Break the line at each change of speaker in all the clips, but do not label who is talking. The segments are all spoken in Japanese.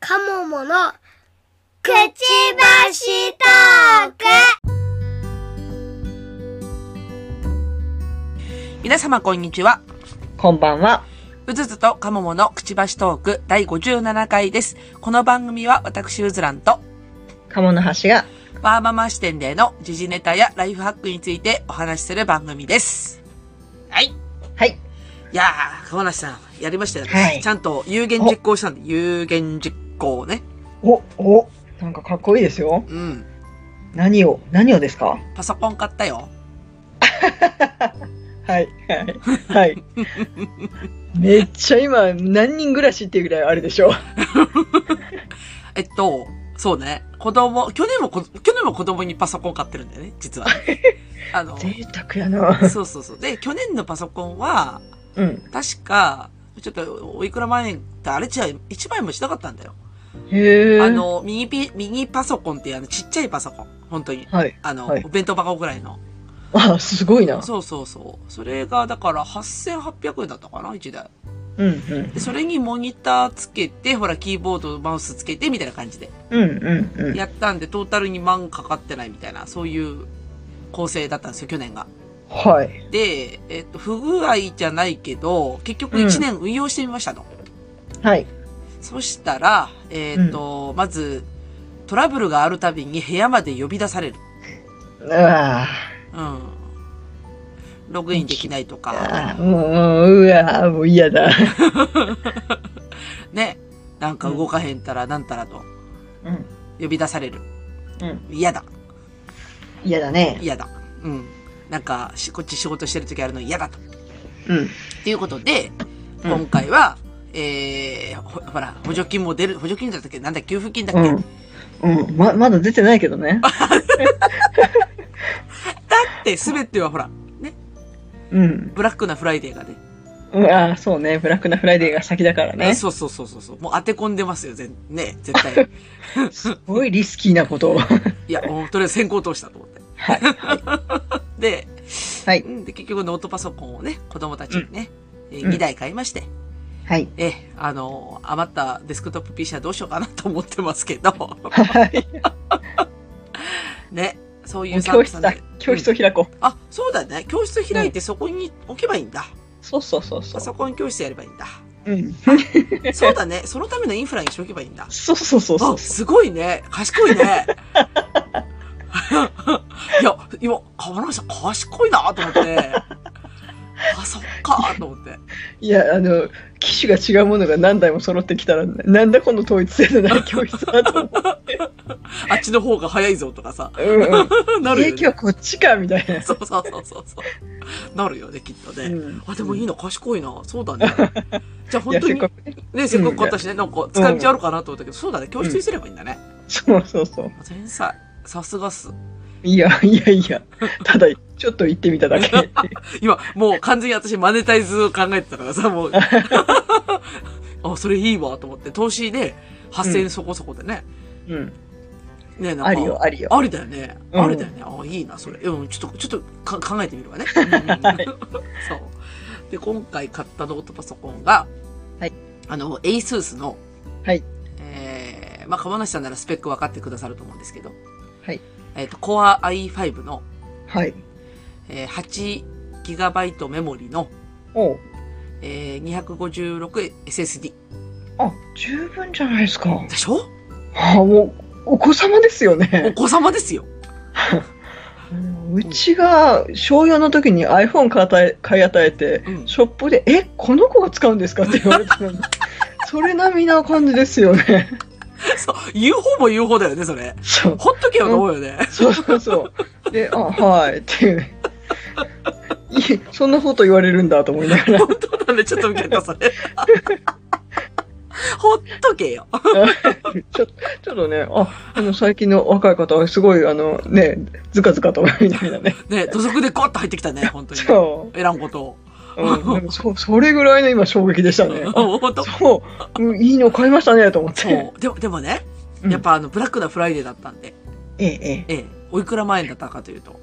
カモモのくちばしトーク
皆様こんにちは。
こんばんは。
うずずとかもものくちばしトーク第57回です。この番組は私うずらんと、
鴨の橋が
ワーママ視点での時事ネタやライフハックについてお話しする番組です。はい。い
はい。
やー、かもなしさん、やりましたよ、私
はい
ちゃんと有言実行したんで、有言実行ね。
お、お、なんかかっこいいですよ。
うん。
何を、何をですか
パソコン買ったよ。
はい、はい、はい。 めっちゃ今、何人暮らしっていうぐらいあるでしょ。
えっと、そうね。子供、去年もこ、去年も子供にパソコン買ってるんだよね、実は。あの、
贅沢やな。
そうそうそう。で、去年のパソコンは、
うん。
確か、ちょっと、おいくら万円って、あれ違う、1万円もしなかったんだよ。
へえ。
あ、の、ミニピ、ミニパソコンっていうあの、ちっちゃいパソコン。本当に。
はい。
あの、
はい
お弁当箱ぐらいの。
あ、すごいな。
そうそうそう。それが、だから、8800円だったかな、1台。
うん、うん。
で、それにモニターつけて、ほら、キーボード、マウスつけて、みたいな感じで。
うん、うん、うん。
やったんで、トータル2万かかってないみたいな、そういう構成だったんですよ、去年が。
はい。
で、えっと、不具合じゃないけど、結局1年運用してみましたと。
はい。
そしたら、えっ、と、まず、トラブルがあるたびに部屋まで呼び出される。
うわ
うん。ログインできないと
ぁ。
か、
あーもう、もううわぁ、もう嫌だ。
ね。なんか動かへんたらなんたらと
うん。
呼び出される。
うん。
嫌だ。
嫌だね。
嫌だ。うん。なんか、しこっち仕事してる時あるの嫌だと。
うん。
っていうことで、
うん
今回は、えー、ほほら、補助金も出る、補助金だったっけなんだ、給付金だっけ、
うん。うん。ま、まだ出てないけどね。
だって全てはほら、
うん。
ブラックなフライデーがね。
うん、あーそうね。ブラックなフライデーが先だからね。す
そうそうそうそうそう。もう当て込んでますよ、ぜんね、絶対。
ごいリスキーなことを。
いや、もうとりあえず先行通したと思って。
はい。
で、
はい。
うんで、結局ノートパソコンをね、子供たちにね、え2台買いまして、
はい。
えー、あのー余ったデスクトップ PC はどうしようかなと思ってますけど、
はい。
ね、そういうサー
教
ビス
室
な
だ
んで。。
教室を開こう。
あ、そうだね。教室開いてそこに置けばいいんだ。
そうそうそう
パ
そ
ソコン教室やればいいんだ。
う。うん。
そうだね。そのためのインフラにしておけばいいんだ。
そうそうそうそ
あ、
う。
すごいね。賢いね。 いや、今、河村さん賢いなと思って。あ、そっかと思って。
いや、あの、機種が違うものが何台も揃ってきたら、なんだこの統一性のない 教室だと思う。
あっちの方が早いぞとかさ。
うんうん。
なる
景
よ
気
ね。
はこっちか、みたいな。
そうそうそうそうそう。なるよね、きっとね。
うん
あ、でもいい
い
な、賢いな。そうだね。じゃあ
や、
本当
せっ
に
か、くね。
ね、せっかく買ったしね、なんか使い道あるかなと思ったけど、そうだね、教室にすればいいんだね。
そうそうそう。
天才。さすがっす。
いや、いやいや。ただ、ちょっと行ってみただけ。
今、もう完全に私マネタイズを考えてたからさ、 もう。あ、それいいわ、と思って。投資で、8000円そこそこでね。
うん。
ね、なんか。
ありよ、ありよ。
ありだよね。
うん
ありだよね。あ、いいな、それ。うん、ちょっと、ちょっとか考えてみるわね。
はい
そう。で、今回買ったノートパソコンが、
はい。
あの、ASUS の、
はい。
えー、まあ、釜梨さんならスペック分かってくださると思うんですけど、
はい。
えっ、と、Core i5 の、
はい。
えー、8GB メモリの、
おう。
えー、256SSD。
あ、十分じゃないですか。
でしょ
あ、もう、お子様ですよ
お
ね。
子様ですよ。
うちが、小4の時に iPhone 買い与え買い与えて、
うん
ショップで、え、この子が使うんですかって言われて たの。それ並みな感じですよね。
そう、言う方も言う方だよね、それ。
そう。
ほっとけよと思うよね。
そうそうそう。で、あ、はい、っていう。いえそんなこと言われるんだと思いなが ら。
本当だね、ちょっと受けた、それ。ほっとけよ。
ちょちょっとね、あ、あの、最近の若い方はすごい、あの、ね、ずかずかと、みたいなね。
ね、土足でゴッと入ってきたね、本当に。
そ
えらんことを。
う。うん、でもそそれぐらいの今衝撃でしたね。あ
本当。
そう、うんいいの買いましたね、と思って。
そう。でも、でもね、
うん
やっ、ぱあの、ブラックなフライデーだったんで、
ええ、ええ。
ええ、おいくら万円だったかというと、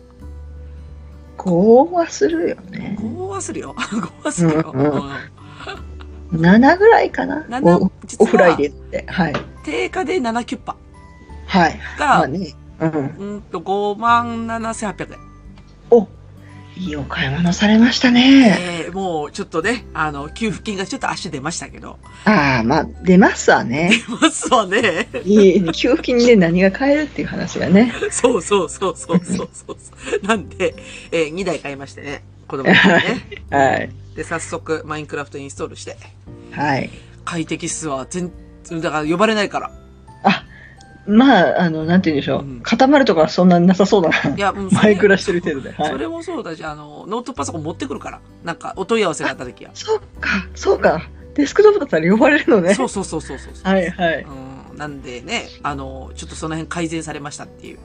こうはするよね。
5はするよ。5はす るよ。
うんうん
うん
7ぐらいかな。
なんだ
お
実は
オフライデーって。はい。
定価で7キュッパ
はい。まあ
が、
ね。うん。
うんと、5万7800円。
お、いいお買い物されましたね。
えー、もうちょっとね、あの、給付金がちょっと足出ましたけど。
ああ、まあ、出ますわね。
まずはね、
いい、給付金で何が買えるっていう話がね。
そうそうそうそうそうそうそう。なんで、えー、2台買いましてね、子供の時にね。
はい。
で、早速、マインクラフトインストールして、
はい。
快適っすわ。全、だから呼ばれないから。
あ、まあ、あの、なんて言うんでしょう。
うん
固まるとかはそんなになさそうだな。
いや、もうそれ
マイクラしてる程度で。は
そ
い。
れもそうだし、あの、ノートパソコン持ってくるから。なんか、お問い合わせがあった時は。
そっか、そうか。デスクトップだったら呼ばれるのね。
そうそうそうそうそうそう。
はいはい。
うん、なんでね、あの、ちょっとその辺改善されましたっていう。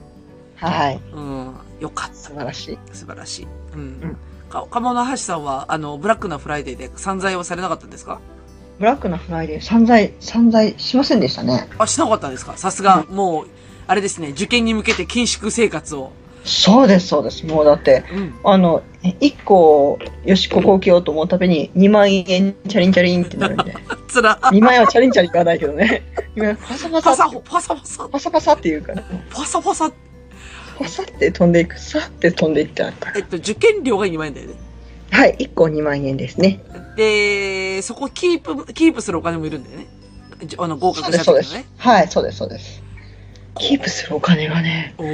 はい。
うん、よかった。
素晴らしい。
素晴らしい。う
うん
ん。か、鴨の橋さんは、あの、ブラックなフライデーで散財はされなかったんですか
ブラックなフライデー、散財、散財しませんでしたね。
あ、しなかったんですかさすが、もう、あれですね、受験に向けて緊縮生活を。
そうです、そうです。もうだって、
うん。
あの、1個、よし、ここを着ようと思うたびに、2万円、チャリンチャリンってなるん で。
つら、
2万円はチャリンチャリン買わないけどね。2万円、パサパ
パ
サ
サ
って、
パサパサ、
パサパサって言うから、
パサパサ。
パサって飛んでいく、さって飛んでいったから。
えっと、受験料が2万円だよね。
はい、1個2万円ですね。
で、そこキープ、キープするお金もいるんだよね。じあの、合
そう
格
で
者
す、そう
と
で
か
す
ね。。
はい、そうです、そうです。キープするお金がね、
おう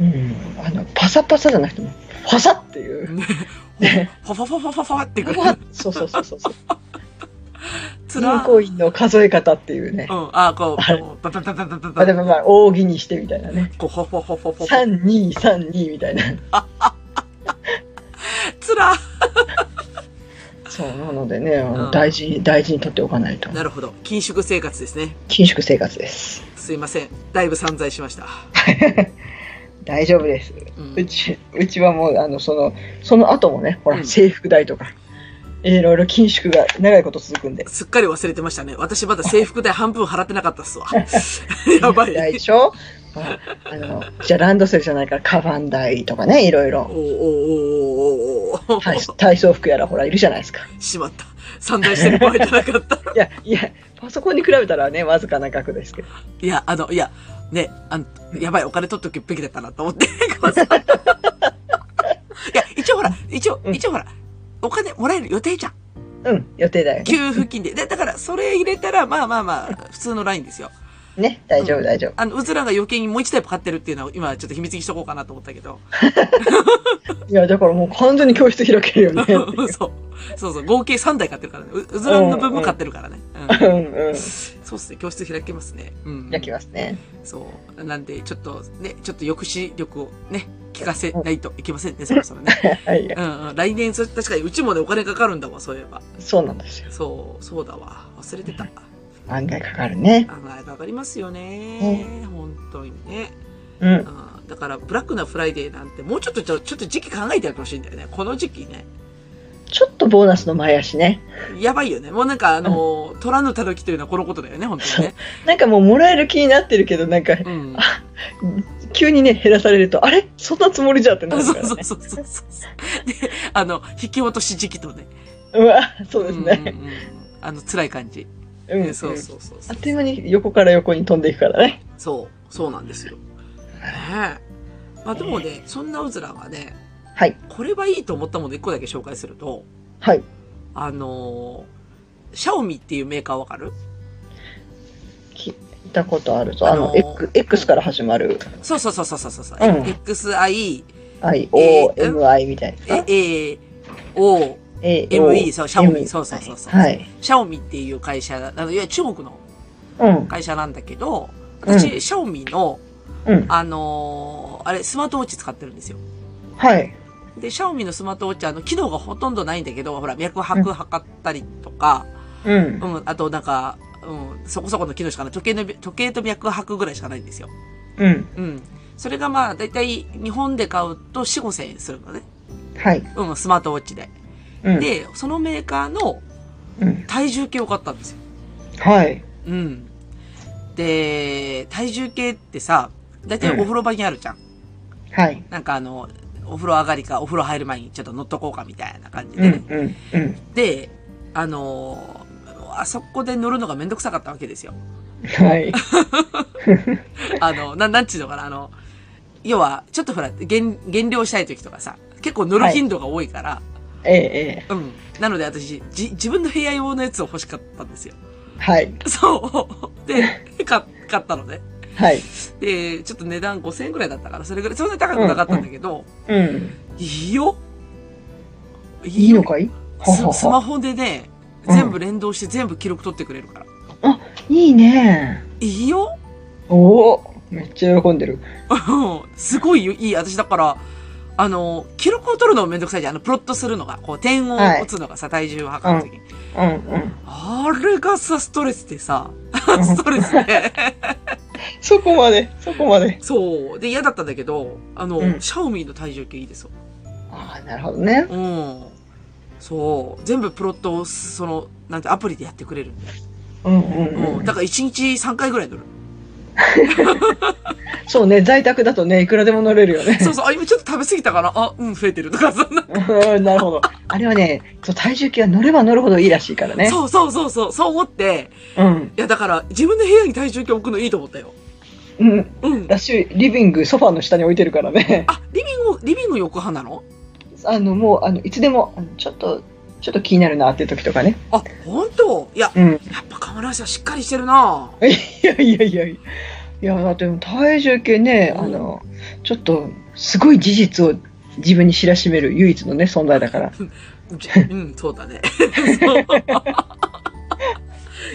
うん、あの、パサパサじゃなくても、パサっていう。
ね、ほ、ほ、ほ、ほ、ほ、ほ、ほってくる。
そうそうそうそうそう。
つら。
銀行員の数え方っていうね
う。ん、あ、こ
あれ
う、ババババババ
まあ
バ
でもまあ、扇にしてみたいなね。
こう、ほ、ほ、ほ、ほ、ほ、
3、2、3、2みたいな。
つら。
そう、なのでね、あの
うん
大事に、大事に取っておかないと。
なるほど。緊縮生活ですね。
緊縮生活です。
すいません。だいぶ散財しました。
大丈夫です。
うん
うち、うちはもう、あの、その、その後もね、ほ
う
ら、
ん
制服代とか、いろいろ緊縮が長いこと続くんで。
すっかり忘れてましたね。私まだ制服代半分払ってなかったっす わ。やばい。
代でしょ、まあ、あの、じゃあランドセルじゃないから、カバン代とかね、いろい
おー
ろ。
おーおーおーおーおー
体体操服やら、ほら、いるじゃないですか。
しまった。散財してる場合じゃなかった。
いや、いや、パソコンに比べたらね、わずかな額ですけど。
いや、あの、いや、ね、あの、やばい、お金取っとくべきだったなと思って。 ごめんなさいいや、一応ほら、一応、
うん
一応ほら、お金もらえる予定じゃん。
うん、予定だよね。
給付金で。で、だから、それ入れたら、まあまあまあ、普通のラインですよ。
ね、大丈夫、大丈
あの、うずらが余計にもう一タイプ買ってるっていうのは、今ちょっと秘密にしとこうかなと思ったけど。
夫。いや、だからもう完全に教室開けるよね。
そう。そうそう。合計3台買ってるからね。ううずらの分も買ってるからね。
う、
うん
うん。
そうっすね。教室開けますね。うん。
開きますね。
そう。なんで、ちょっとね、ちょっと抑止力をね、効かせないといけませんね、そろそろね。
はい、
うんうん。来年、そ確かにうちもね、お金かかるんだわ、そういえば。
そうなんですよ。
そう、そうだわ。忘れてた。
案外かかるね。
考えかかりますよね。本当にね。
うん。
うんだから、ブラックなフライデーなんて、もうちょっとちょ、ちょっと時期考えてやってほしいんだよね。この時期ね。
ちょっとボーナスの前足ね。や
やばいよね。もうなんか、あのー、取らぬたきというのはこのことだよね、本当にね。
なんかもうもらえる気になってるけど、なんか、
うん。
急にね、減らされると、あれそんなつもりじゃってなる
そ
か
う
ら
そう
ね。
そうそうそう。で、あの、引き落とし時期とね。
うわ、そうですね。
んうんうんあの、辛い感じ。
う
ね
ん。
そうそうそう
あ
そ
っ
う。
という間に横から横に飛んでいくからね。
そう、そうなんですよ。ねえ。まあでもね、そんなうずらがね、
はい。
これはいいと思ったもの一個だけ紹介すると、
はい。
あのー、シャオミっていうメーカーわかる
聞いたことあるぞ。あの、
あのー
X, X から始まる。
そうそうそうそうそうそう。
うん
XI、
I,
え
O, M, I みたいな。
え、え、O、
A, O,
ME、そう、シャオ
M
ミ、そうそうそうそう。
はい。
シャオミっていう会社、あの、いわゆる中国の
うん。
会社なんだけど、私、
う
シャオミの、
うん。
あのーあれ、スマートウォッチ使ってるんですよ。
はい。
で、シャオミのスマートウォッチは、あの、機能がほとんどないんだけど、ほら、脈拍測ったりとか、
うん
う。ん、あとなんか、うん、そこそこの機能しかない。時計の、時計と脈拍ぐらいしかないんですよ。
うん。
うん。それがまあ、だいたい日本で買うと4、5千円するのね。
はい。
うん、スマートウォッチで。
うん。
で、そのメーカーの
うん。
体重計を買ったんですよ。
はい。
うん。で、体重計ってさ、だいたいお風呂場にあるじゃん。
はい。
なんかあの、お風呂上がりかお風呂入る前にちょっと乗っとこうかみたいな感じ
う
で、
ん
ね。
うんうん
で、あのーあそこで乗るのがめんどくさかったわけですよ。
はい。
あの、な、なんちゅうのかな、あの、要は、ちょっとほら、減、減量したい時とかさ、結構乗る頻度が多いから、
ええ、え
うん。なので私、じ、自分の部屋用のやつを欲しかったんですよ。
え。はい。
そう。で、か、買ったのね。
はい。
で、ちょっと値段5000円くらいだったから、それぐらい、そんなに高くなかったんだけど、
うん。
いいよい
いいのかいははは
ススマホでね、
うん
全部連動して全部記録取ってくれるから。
いいね。
いいよ
おおめっちゃ喜んでる。
うんすごいよ、いい。私だから、あの、記録を取るのもめんどくさいじゃん。あの、プロットするのが、こう、点を
はい
打つのがさ、体重を測るときに。
うんうん。
あれがさ、ストレスでさ、 ストレスで。
そこまで、そこまで。
そう。で、嫌だったんだけど、あの、
うん
シャオミの体重計いいですよ。
ああ、なるほどね。
うん。そう。全部プロットを、その、なんて、アプリでやってくれるんで。
うんうんうん。
うん。だから1日3回ぐらい乗る。
そうね、在宅だとね、いくらでも乗れるよね。
そうそう。あ、今ちょっと食べ過ぎたかなあ、うん、増えてるとか、そんな。
うんなるほど。あれはね、そう体重計は乗れば乗るほどいいらしいからね。
そうそうそうそう。そう思って、
うん。
いや、だから、自分の部屋に体重計置くのいいと思ったよ。
うん。
うん。
だし、リビング、ソファーの下に置いてるからね。
あ、リビング、リビング横派なの
あの、もう、あの、いつでも、あのちょっと、ちょっと気になるなっていう時とかね。
あ、本当いや、
うん。
やっぱ河村さんしっかりしてるない
やいやいやいや。いや、だって体重計ね、あの、ちょっと、すごい事実を自分に知らしめる唯一のね、存在だから。
じうん、そうだね。そう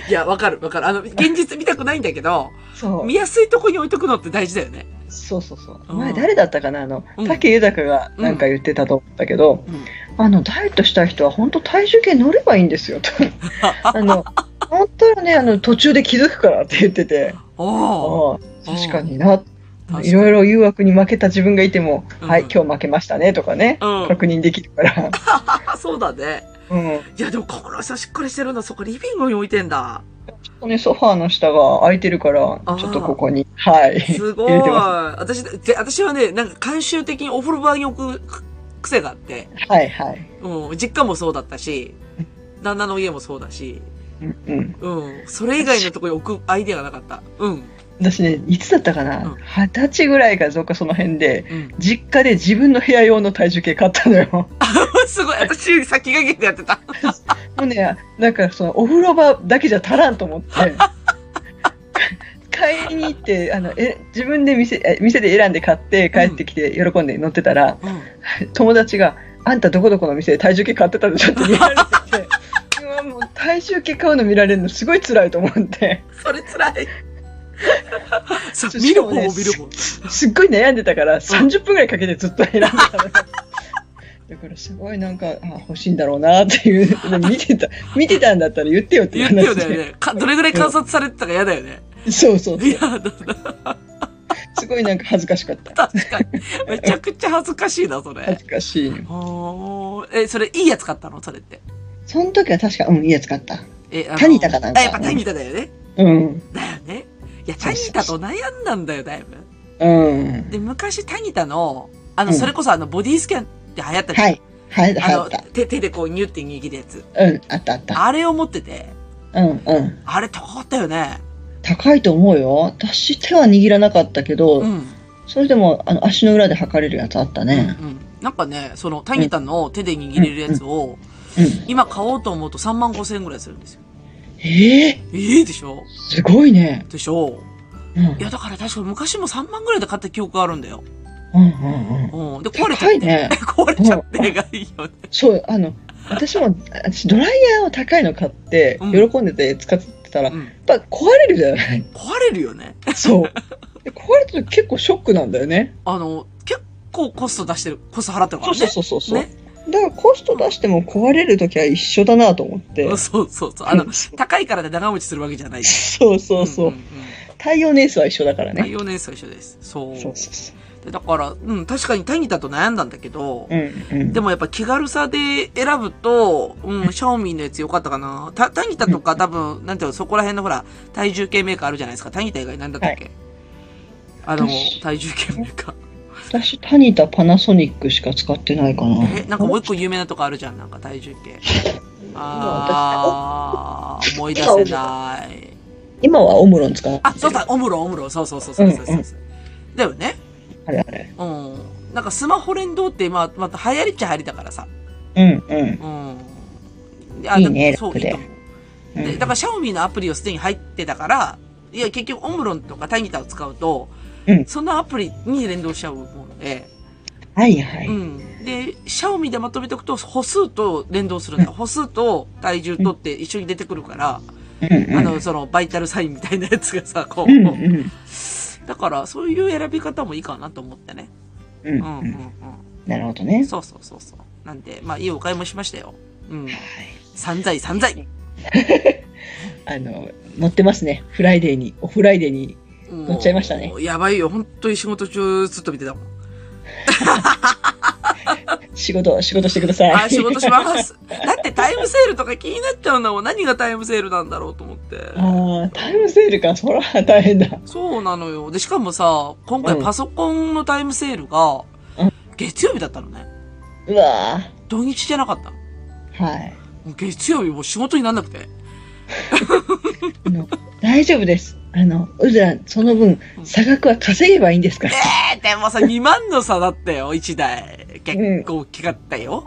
いや、わかるわかる。あの、現実見たくないんだけど、
そう
見。やすいとこに置いとくのって大事だよね。
そうそうそう。
う
前
ん
誰だったかなあの
うん、
竹豊がなんか言ってたと思ったけど、
うん。
あの、ダイエットしたい人は本当体重計乗ればいいんです よ、と。あの、本当はね、あの、途中で気づくからって言ってて、
おー
ああ、確かにな。
確かに
いろいろ誘惑に負けた自分がいても、
うん
はい、今日負けましたね、とかね、
うん
確認できる から。
あ、そうだね。
うん。
いや、でも河村さんしっかりしてるんだ。そこリビングに置いてんだ。
ここね、ソファーの下が空いてるから
あー、
ちょっとここに、はい。
すごい。
入れてま
私、で私はね、なんか慣習的にお風呂場に置くく癖があって、
す。 はい、はい。
うん、実家もそうだったし、旦那の家もそうだし、
うんうん、
うん、それ以外のとこに置くアイデアがなかった。うん、
私ね、いつだったかな
うん
二十、歳ぐらいかどうかその辺で、
うん。
実家で自分の部屋用の体重計買っ たのよ。
すごい、 私より先駆けてやってた。
もうね、なんかそのお風呂場だけじゃ足らんと思 って。買いに行って、あの、え、自分で店、え店で選んで買って帰ってきて喜んで乗ってたら、
うん。
友達が、あんたどこどこの店で体重計買ってたでしょって見られてて、うわもう体重計買うの見られるのすごい辛いと思って、
それ辛い。そう
ち ょ
見る方を見
しか
る
もね
方。
すっごい悩んでたから30分ぐらいかけてずっと選んでたの。だからすごいなんか、あ欲しいんだろうなっていう、でも見てた、 見てたんだったら言ってよってい
言
う
って
話
よ
で。
だよね。か、どれぐらい観察されてたか嫌だよね。
そうそう。
いや、だだ
すごいなんか恥ずかしかった。
確かに。めちゃくちゃ恥ずかしいな、それ
恥。ずかしい。
おーえ、それいいやつ買ったのそれって。
その時は確か、うん、いいやつ買った。
え、あの
タニタかなんか
あやっぱタニタだよね。
うん。
だよね。いや、
そ
タ
う
ニ
そう
タと悩んだんだよ、だいぶ。
うん。
で、昔タニタの、あの、
うん
それこそあの、ボディスキャンって流行ったじゃん
はい。はい、流
あ
行
の
った。、
手、手でこう、ニュって握るやつ。
うん、あったあった。
あれを持ってて、
うん、うん。
あれ高かったよね。
高いと思うよ。私、手は握らなかったけど、
うん。
それでも、あの、足の裏で測れるやつあったね。
うん。なんかね、その、タニタの手で握れるやつを、
うん。
今買おうと思うと3万5千円ぐらいするんですよ。
ええ
ええでしょ
すごいね。
でしょ
うん。うん
いや、だから確か昔も3万ぐらいで買った記憶があるんだよ。
うんうん。
うん。で、壊れちゃっ
高
て。。
いね
壊れちゃってがいいよね。
そう、あの、私も、私、ドライヤーを高いの買って、
うん
喜んでて使ってたら、
う
やっ
ん。
ぱ壊れるじ ゃない
壊れるよね。
そう。で壊れた時結構ショックなんだよね。
あの、結構コスト出してる、コスト払ってるか
そ
ら
う
ね。
そうそうそうそう、
ね
だからコスト出しても壊れる時は一緒だなと思って。
うんそうそうそう。あの
う、ん そう
高いからで長持ちするわけじゃない。
そうそうそう。
んんん
太陽年数は一緒だから
耐
ね。
用年数は一緒です。そう。
そうそうそ
でだから、うん、確かにタニタと悩んだんだけど
う。う、んうん。
でもやっぱ気軽さで選ぶと、うん、シャオミのやつ良かったかな。タ、タニタとか多分、なんていうの、そこら辺のほら、体重計メーカーあるじゃないですか。タニタ以外何だったっけ、あの
私、
体重計メーカー。
私、タニタパナソニックしか使ってないかな。
え、なんかもう一個有名なとこあるじゃん、なんか 体重計。あー、思い出せない。
今はオムロン使ってる
あ、そうだ、オムロ、オムロ、そうそうそうそうそうそう、
うんうん
だよね。
あれあれ。
うん。なんかスマホ連動って、まあ、また流行りっちゃ流行りだからさ。
うんうん
うん。であ
いい
で
ね
もそう、
楽
いい
で
と思う。
う
で
ん。
だから、シャオミのアプリをすでに入ってたから、いや、結局、オムロンとかタニタを使うと、
うん
そのアプリに連動しちゃうので、
はいはい。
うん。で、シャオミでまとめておくと、歩数と連動するんだ。
う
歩数と体重とって一緒に出てくるから、
うんうん
あの、その、バイタルサインみたいなやつがさ、こう、
うんうん
だから、そういう選び方もいいかなと思ってね。
うんう
うんうん
ん。
う
なるほど
ん。
ね。
そうそうそうそう。なんで、まあ、いいお買いもしましたよ。うん。
はい。
散財散財。
あの、乗ってますね。フライデーに、オフライデーに。
乗
乗っちゃいましたね。
やばいよ。本当に仕事中ずっと見てたもん。
仕事、仕事してください。
あ、仕事します。だってタイムセールとか気になっちゃうんだもん。何がタイムセールなんだろうと思って。
ああ、タイムセールか。そら、大変だ。
そうなのよ。で、しかもさ、今回
うん
パソコンのタイムセールが
うん、
月曜日だったのね。
うわー
土日じゃなかった。
はい。
もう月曜日もう仕事になんなくて。
あの 大丈夫です。あの、うずら、その分
う、ん
差額は稼げばいいんですから。
えー、でも さ、2万の差だったよ、1台。結構大きかった よ。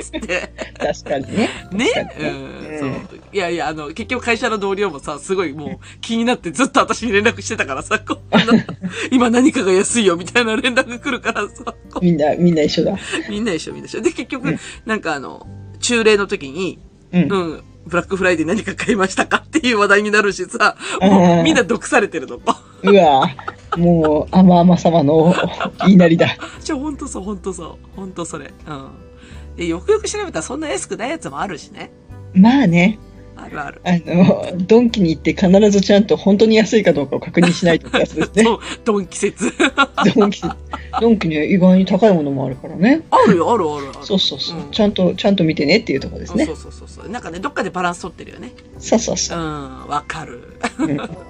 つって。
確かにね。
ね
確か
う
に
ん、
ねうん
そう。いやいや、あの、結局会社の同僚もさ、すごいもう気になってずっと私に連絡してたからさ、こん な、今何かが安いよみたいな連絡来るからさ、こ
みんな、みんな一緒だ。
うみんな一緒みんな一緒。で、結局、
うん
なんかあの、中例の時に、
うん
う。ん、ブラックフライデー何か買いましたかっていう話題になるしさ、
う
もうんみんな毒されてるの。
うわーもう、甘々様の言いなりだ。
ちょ、ほんとそう、ほんとそう。ほんとそれ。うん。で、よくよく調べたらそんな安くないやつもあるしね。
まあね、
あるある。
あの、ドンキに行って必ずちゃんと本当に安いかどうかを確認しないとってやつです ね。
そう、ドン季節。
ドンキ、ドンキには意外に高いものもあるからね。
あるよ、あるあるある。
そうそうそう。
うん
ちゃんと、ちゃんと見てねっていうところですね
そ。うそうそうそう。なんかね、どっかでバランス取ってるよね。
そうそう
う
そう。
ん、わかる。
うん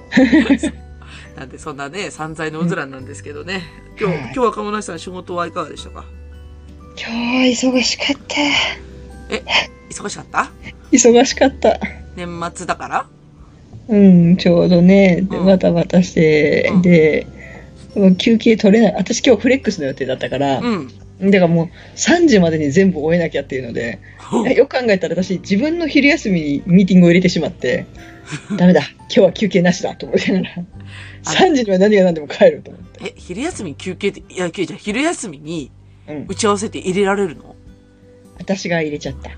なんで、そんなね、散財のうずらなんですけどね。今日、
はい
今日若村さん仕事はいかがでしたか
今日は忙しかった。
忙しかった
忙しかった。
年末だから
うん、ちょうどね、で
うん
バタバタして、
うん
で、休憩取れない。私今日フレックスの予定だったから、
うん。
だからもう3時までに全部終えなきゃっていうので、よく考えたら私自分の昼休みにミーティングを入れてし まって、ダメだ、今日は休憩なしだと思いながら、3時には何が何でも帰ると思って。
え、昼休み休憩って、いや、休憩じゃん昼休みに
うん、
打ち合わせって入れられるの
私が入れちゃった。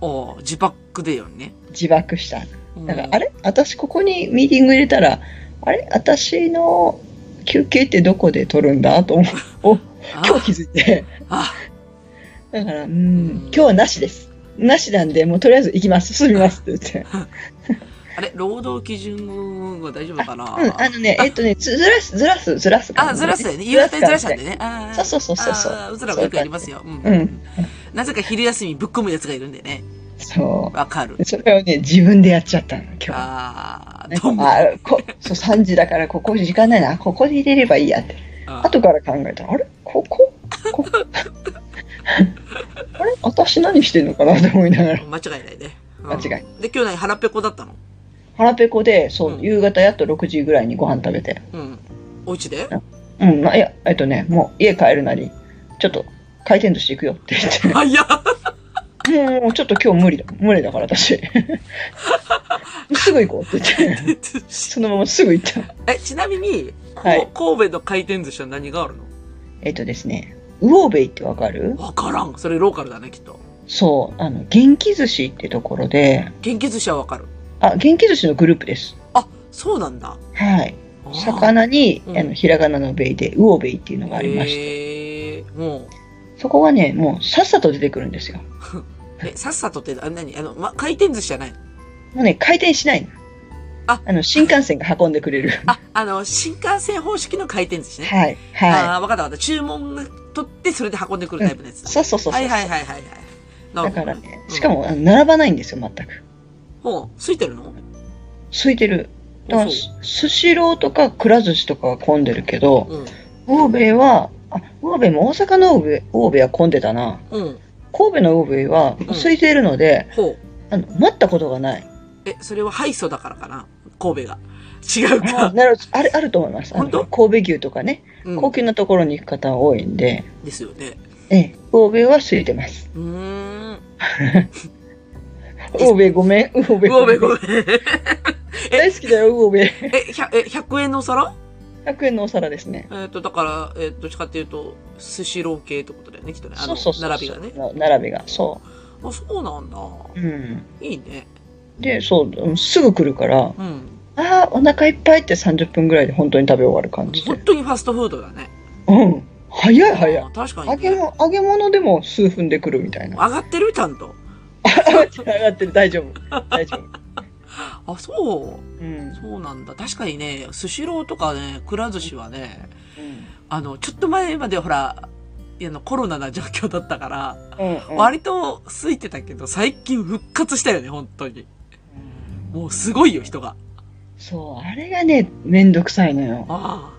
おー自爆でよね。
自爆した。
うん
だから、あれ私ここにミーティング入れたら、あれ私の休憩ってどこで取るんだと思う。お、今
あ
日気づいて。
あ、
だから、うん、今日はなしです。なしなんで、もうとりあえず行きます。進みますって言って。
あれ、労働基準は大丈夫かな
うん、あのね、えっとね、ずずらす、ずらす、ずらす感じ
あ、ずらすよね。夕方にずらしたんでね。あー
そうそうそうそうそう
あーうずらもよくやりますよ。うん。
ううん。
なぜか昼休みぶっ込むやつがいるんでね。
そ
わかる
う。。それをね、自分でやっちゃったの、今日。
あ
なん
ー、どんぶ
かあこそう3時だからここ時間ないなここで入れればいいやって後から考えたらあれここここあれ私何してんのかなと思いながら
間違いないね。うん
間違いない
で、今日ね、腹ペコだったの。
腹ペコでそう、
うん
夕方やっと6時ぐらいにご飯食べて
うん。お家で
うんまあいやえっとねもう家帰るなりちょっと回転寿司行くよって言って
あ、いや、
もうもうちょっと今日無理だ。無理だか ら私。すぐ行こうって言って。そのまますぐ行った。
え、ちなみに、こ
はい
神戸の回転寿司は何があるの
えっとですね、ウオーベイってわかる
わからん。それローカルだね、きっと。
そう、あの、元気寿司ってところで、
元気寿司はわかる。
あ、元気寿司のグループです。
あ、そうなんだ。
はい。
あー
魚に、
うん
あの、ひらがなのベイで、ウオーベイっていうのがありまして、
へーもう。
そこがね、もうさっさと出てくるんですよ。
え、さっさとって、あ、何あの、ま、回転寿司じゃないの
もうね、回転しないの。
あ
の、新幹線が運んでくれる。
あ、あの、新幹線方式の回転寿司ね。
はい。は
ああ、わかったわかった。注文が取って、それで運んでくるタイプのやつ
い。
だ。
そうそうそうそう。
はいはいはいはいはい。なる
だ
ほ
か
ど
らね、しかも、あの並ばないんですよ、全く。
ほう、ついてるの
空いてる。だから
そ
す、スシローとかくら寿司とかは混んでるけど、
う。
欧米は、あ、欧米も大阪の欧米欧米は混んでたな。
うん。うん。
神戸の欧米は
ん
空いているので、
ほう。
あの、待ったことがない。
え、それは敗訴だからかな。神戸が。違う
あ
か。
なるほどあるあると思いますあの
本当
神戸牛とかね
うん
高級なところに行く方は多いんで、
ですよね。
ええ、神戸は空いてます。
うーん。
神戸ごめん、神戸
ごめんごめん。
大好きだよ、神戸。
え、ひゃえ100円のお皿
100円のお皿ですね。
えっ、と、だから、えっ、と、どっちかっていうと、スシロー系ってことだよね、きっとね。あ
そ
の
うそうそうそう。
並びがね。
な。並びが、そ
あ、そうなんだ。
う。うん。
いいね。
で、そううん、すぐ来るから、
うん。
ああ、お腹いっぱいって30分ぐらいで本当に食べ終わる感じ
本
で。
当にファストフードだね。
うん。早い早い
あ。ー確か
揚
に、
げ
ね。
も揚げ物でも数分で来るみたいな。
上がってるちゃんと。
上がってる、大丈夫。大丈夫。
あ、そう。
うん。
そうなんだ。確かにね、スシローとかね、くら寿司はね、
うん
あの、ちょっと前までほら、いやあのコロナな状況だったから、
うんうん。
割と空いてたけど、最近復活したよね、本当に。もうすごいよ、人が。
そう、あれがね、めんどくさいのよ。
あ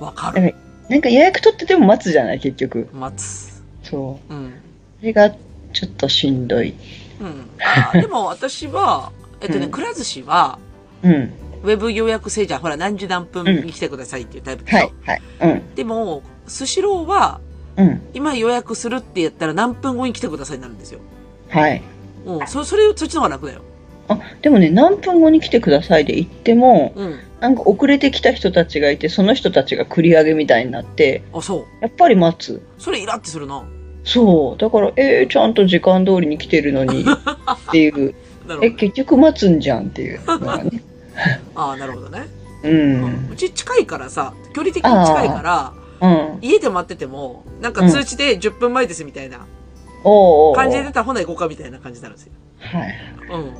あ、わか
だ
る。
からなんか予約取ってても待つじゃない、結局。
待つ。
そう。
うん。
それがちょっとしんどい。
うん。あ ーでも私は、えっとね、
うん
くら寿司は、
うん。
ウェブ予約制じゃん。ほら、何時何分に来てくださいっていうタイプでしょ。
はい、はい。うん。
でも、スシローは、
うん。
今予約するって言ったら何分後に来てくださいになるんですよ。
はい。
うん。そ、それ、そっちの方が楽だよ。
あ、でもね、何分後に来てくださいで行っても、
うん。
なんか遅れてきた人たちがいて、その人たちが繰り上げみたいになって、
あ、そう。
やっぱり待つ。
それイラってするな。
そう。だから、えー、ちゃんと時間通りに来てるのに、って いう。
なる
え、
ほど。
結局待つんじゃんっていうのがね。
ああ、なるほどね。
う
うん。
ん。
うち近いからさ、距離的に近いから、
うん。
家で待ってても、なんか通知で10分前ですみたいな
おうおうおう
感じで出たら、ほな行こうかみたいな感じになるんですよ。
はい。
うん。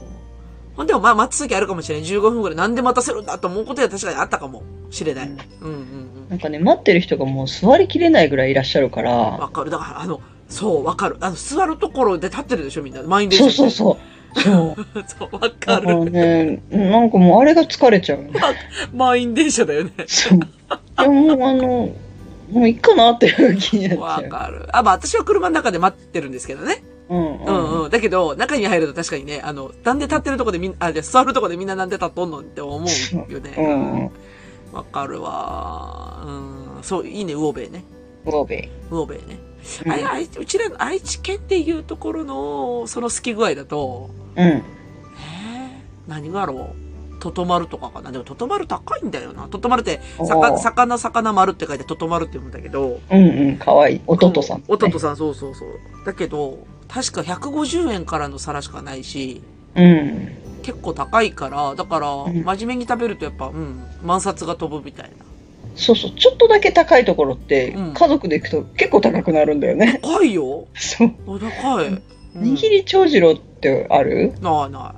ほんでも、まあ、待つ時あるかもしれない。15分ぐらい。なんで待たせるんだと思うことは確かにあったかもしれない。
うん
うんうんう
なんかね、待ってる人がもう座りきれないぐらいいらっしゃるか
ん。
ら、
わかる。だから、あの、そう、わかる。あの、座るところで立ってるでしょ、みんな。満員電車
そ
で
うそうそう。そう。
そう、わか
だから
る。
ね、なんかもうあれが疲れち ゃう。
満員電車だよ ね。
そう。いやもうあの、もういいかなっていう気になっ
わ
ちゃう。
かる。あ、まあ私は車の中で待ってるんですけどね。
うん
う
うん
んうん。だけど、中に入ると確かにね、あの、なんで立ってるとこでみんな、あ、じゃあ座るとこでみんななんで立っとんのって思うよ
う
ね。
んうん。
わかるわ。うん。そう、いいね、ウオベイね。
神
ウオベイね。
戸。
あれ、あいうちらの愛知県っていうところの、その好き具合だと、
うん。
えー何がろう。トトマルとかかな。でもトトマル高いんだよな。トトマルって、さ
お
か
ー
魚、魚丸って書いてトトマルって読むんだけど、
うんうん。かわいい。弟さん。
おととさん、そうそうそう。だけど、確か150円からの皿しかないし、
うん。
結構高いから、だから、
ん
真面目に食べるとやっぱ、うん、満札が飛ぶみたいな。
そうそう。ちょっとだけ高いところって
うん、
家族で行くと結構高くなるんだよね。
高いよ
そう。
あ高い。うん
握り長次郎ってある
ないな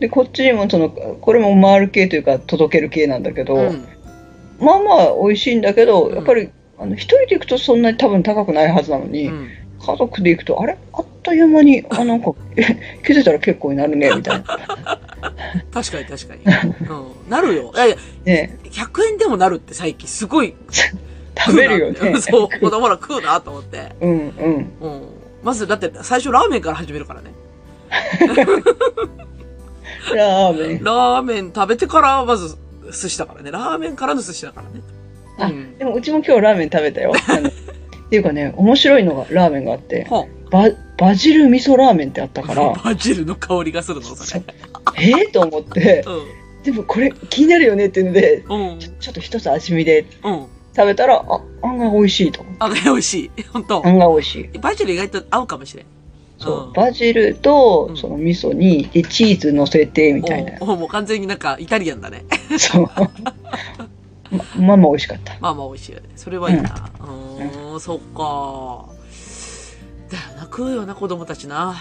で、こっちにもその、これも回る系というか、届ける系なんだけ
い。
ど、
うん。
まあまあ美味しいんだけど、
ん
やっぱり、あの、一人で行くとそんなに多分高くないはずなのに、
うん。
家族で行くと、あれあっという間に、あ、なんか、 え気づいたら結構になるね、みたいな。
確かに確かに。うん。なるよ。いやいや、
ね
100円でもなるって最近すごい
食べるよ
食うな
ね。
そう、子供ら食うなと思って。
うんうん。
うん。まず、だって最初ラーメンから始めるからね。
ラーメン。
ラーメン食べてから、まず寿司だからね。ラーメンからの寿司だからね。
あ
うん。
でもうちも今日ラーメン食べたよ。あのっていうかね、面白いのが、ラーメンがあって、
ほ
ババジル味噌ラーメンってあったから、
う。バジルの香りがするの、そ
そう
れ。
えー、と思って、
う
でもこれ気になるよねっていうので、
ん。うん
ちょ。ちょっと一つ味見で
うん。
食べたら、あ、案外美味しいと。
あ、美味しい。 本当。
案外美味しい。
バジル意外と合うかもしれん。
そう、
ん
バジル
う
と
ん
その味噌にでチーズ乗せてみたいな
おうおうもう完全になんかイタリアンだね。
そうままあまあ美味しかった
まあまあ美味しいよね。それはいいな。うーん、そっか。だよな、食うよな、子供たちな。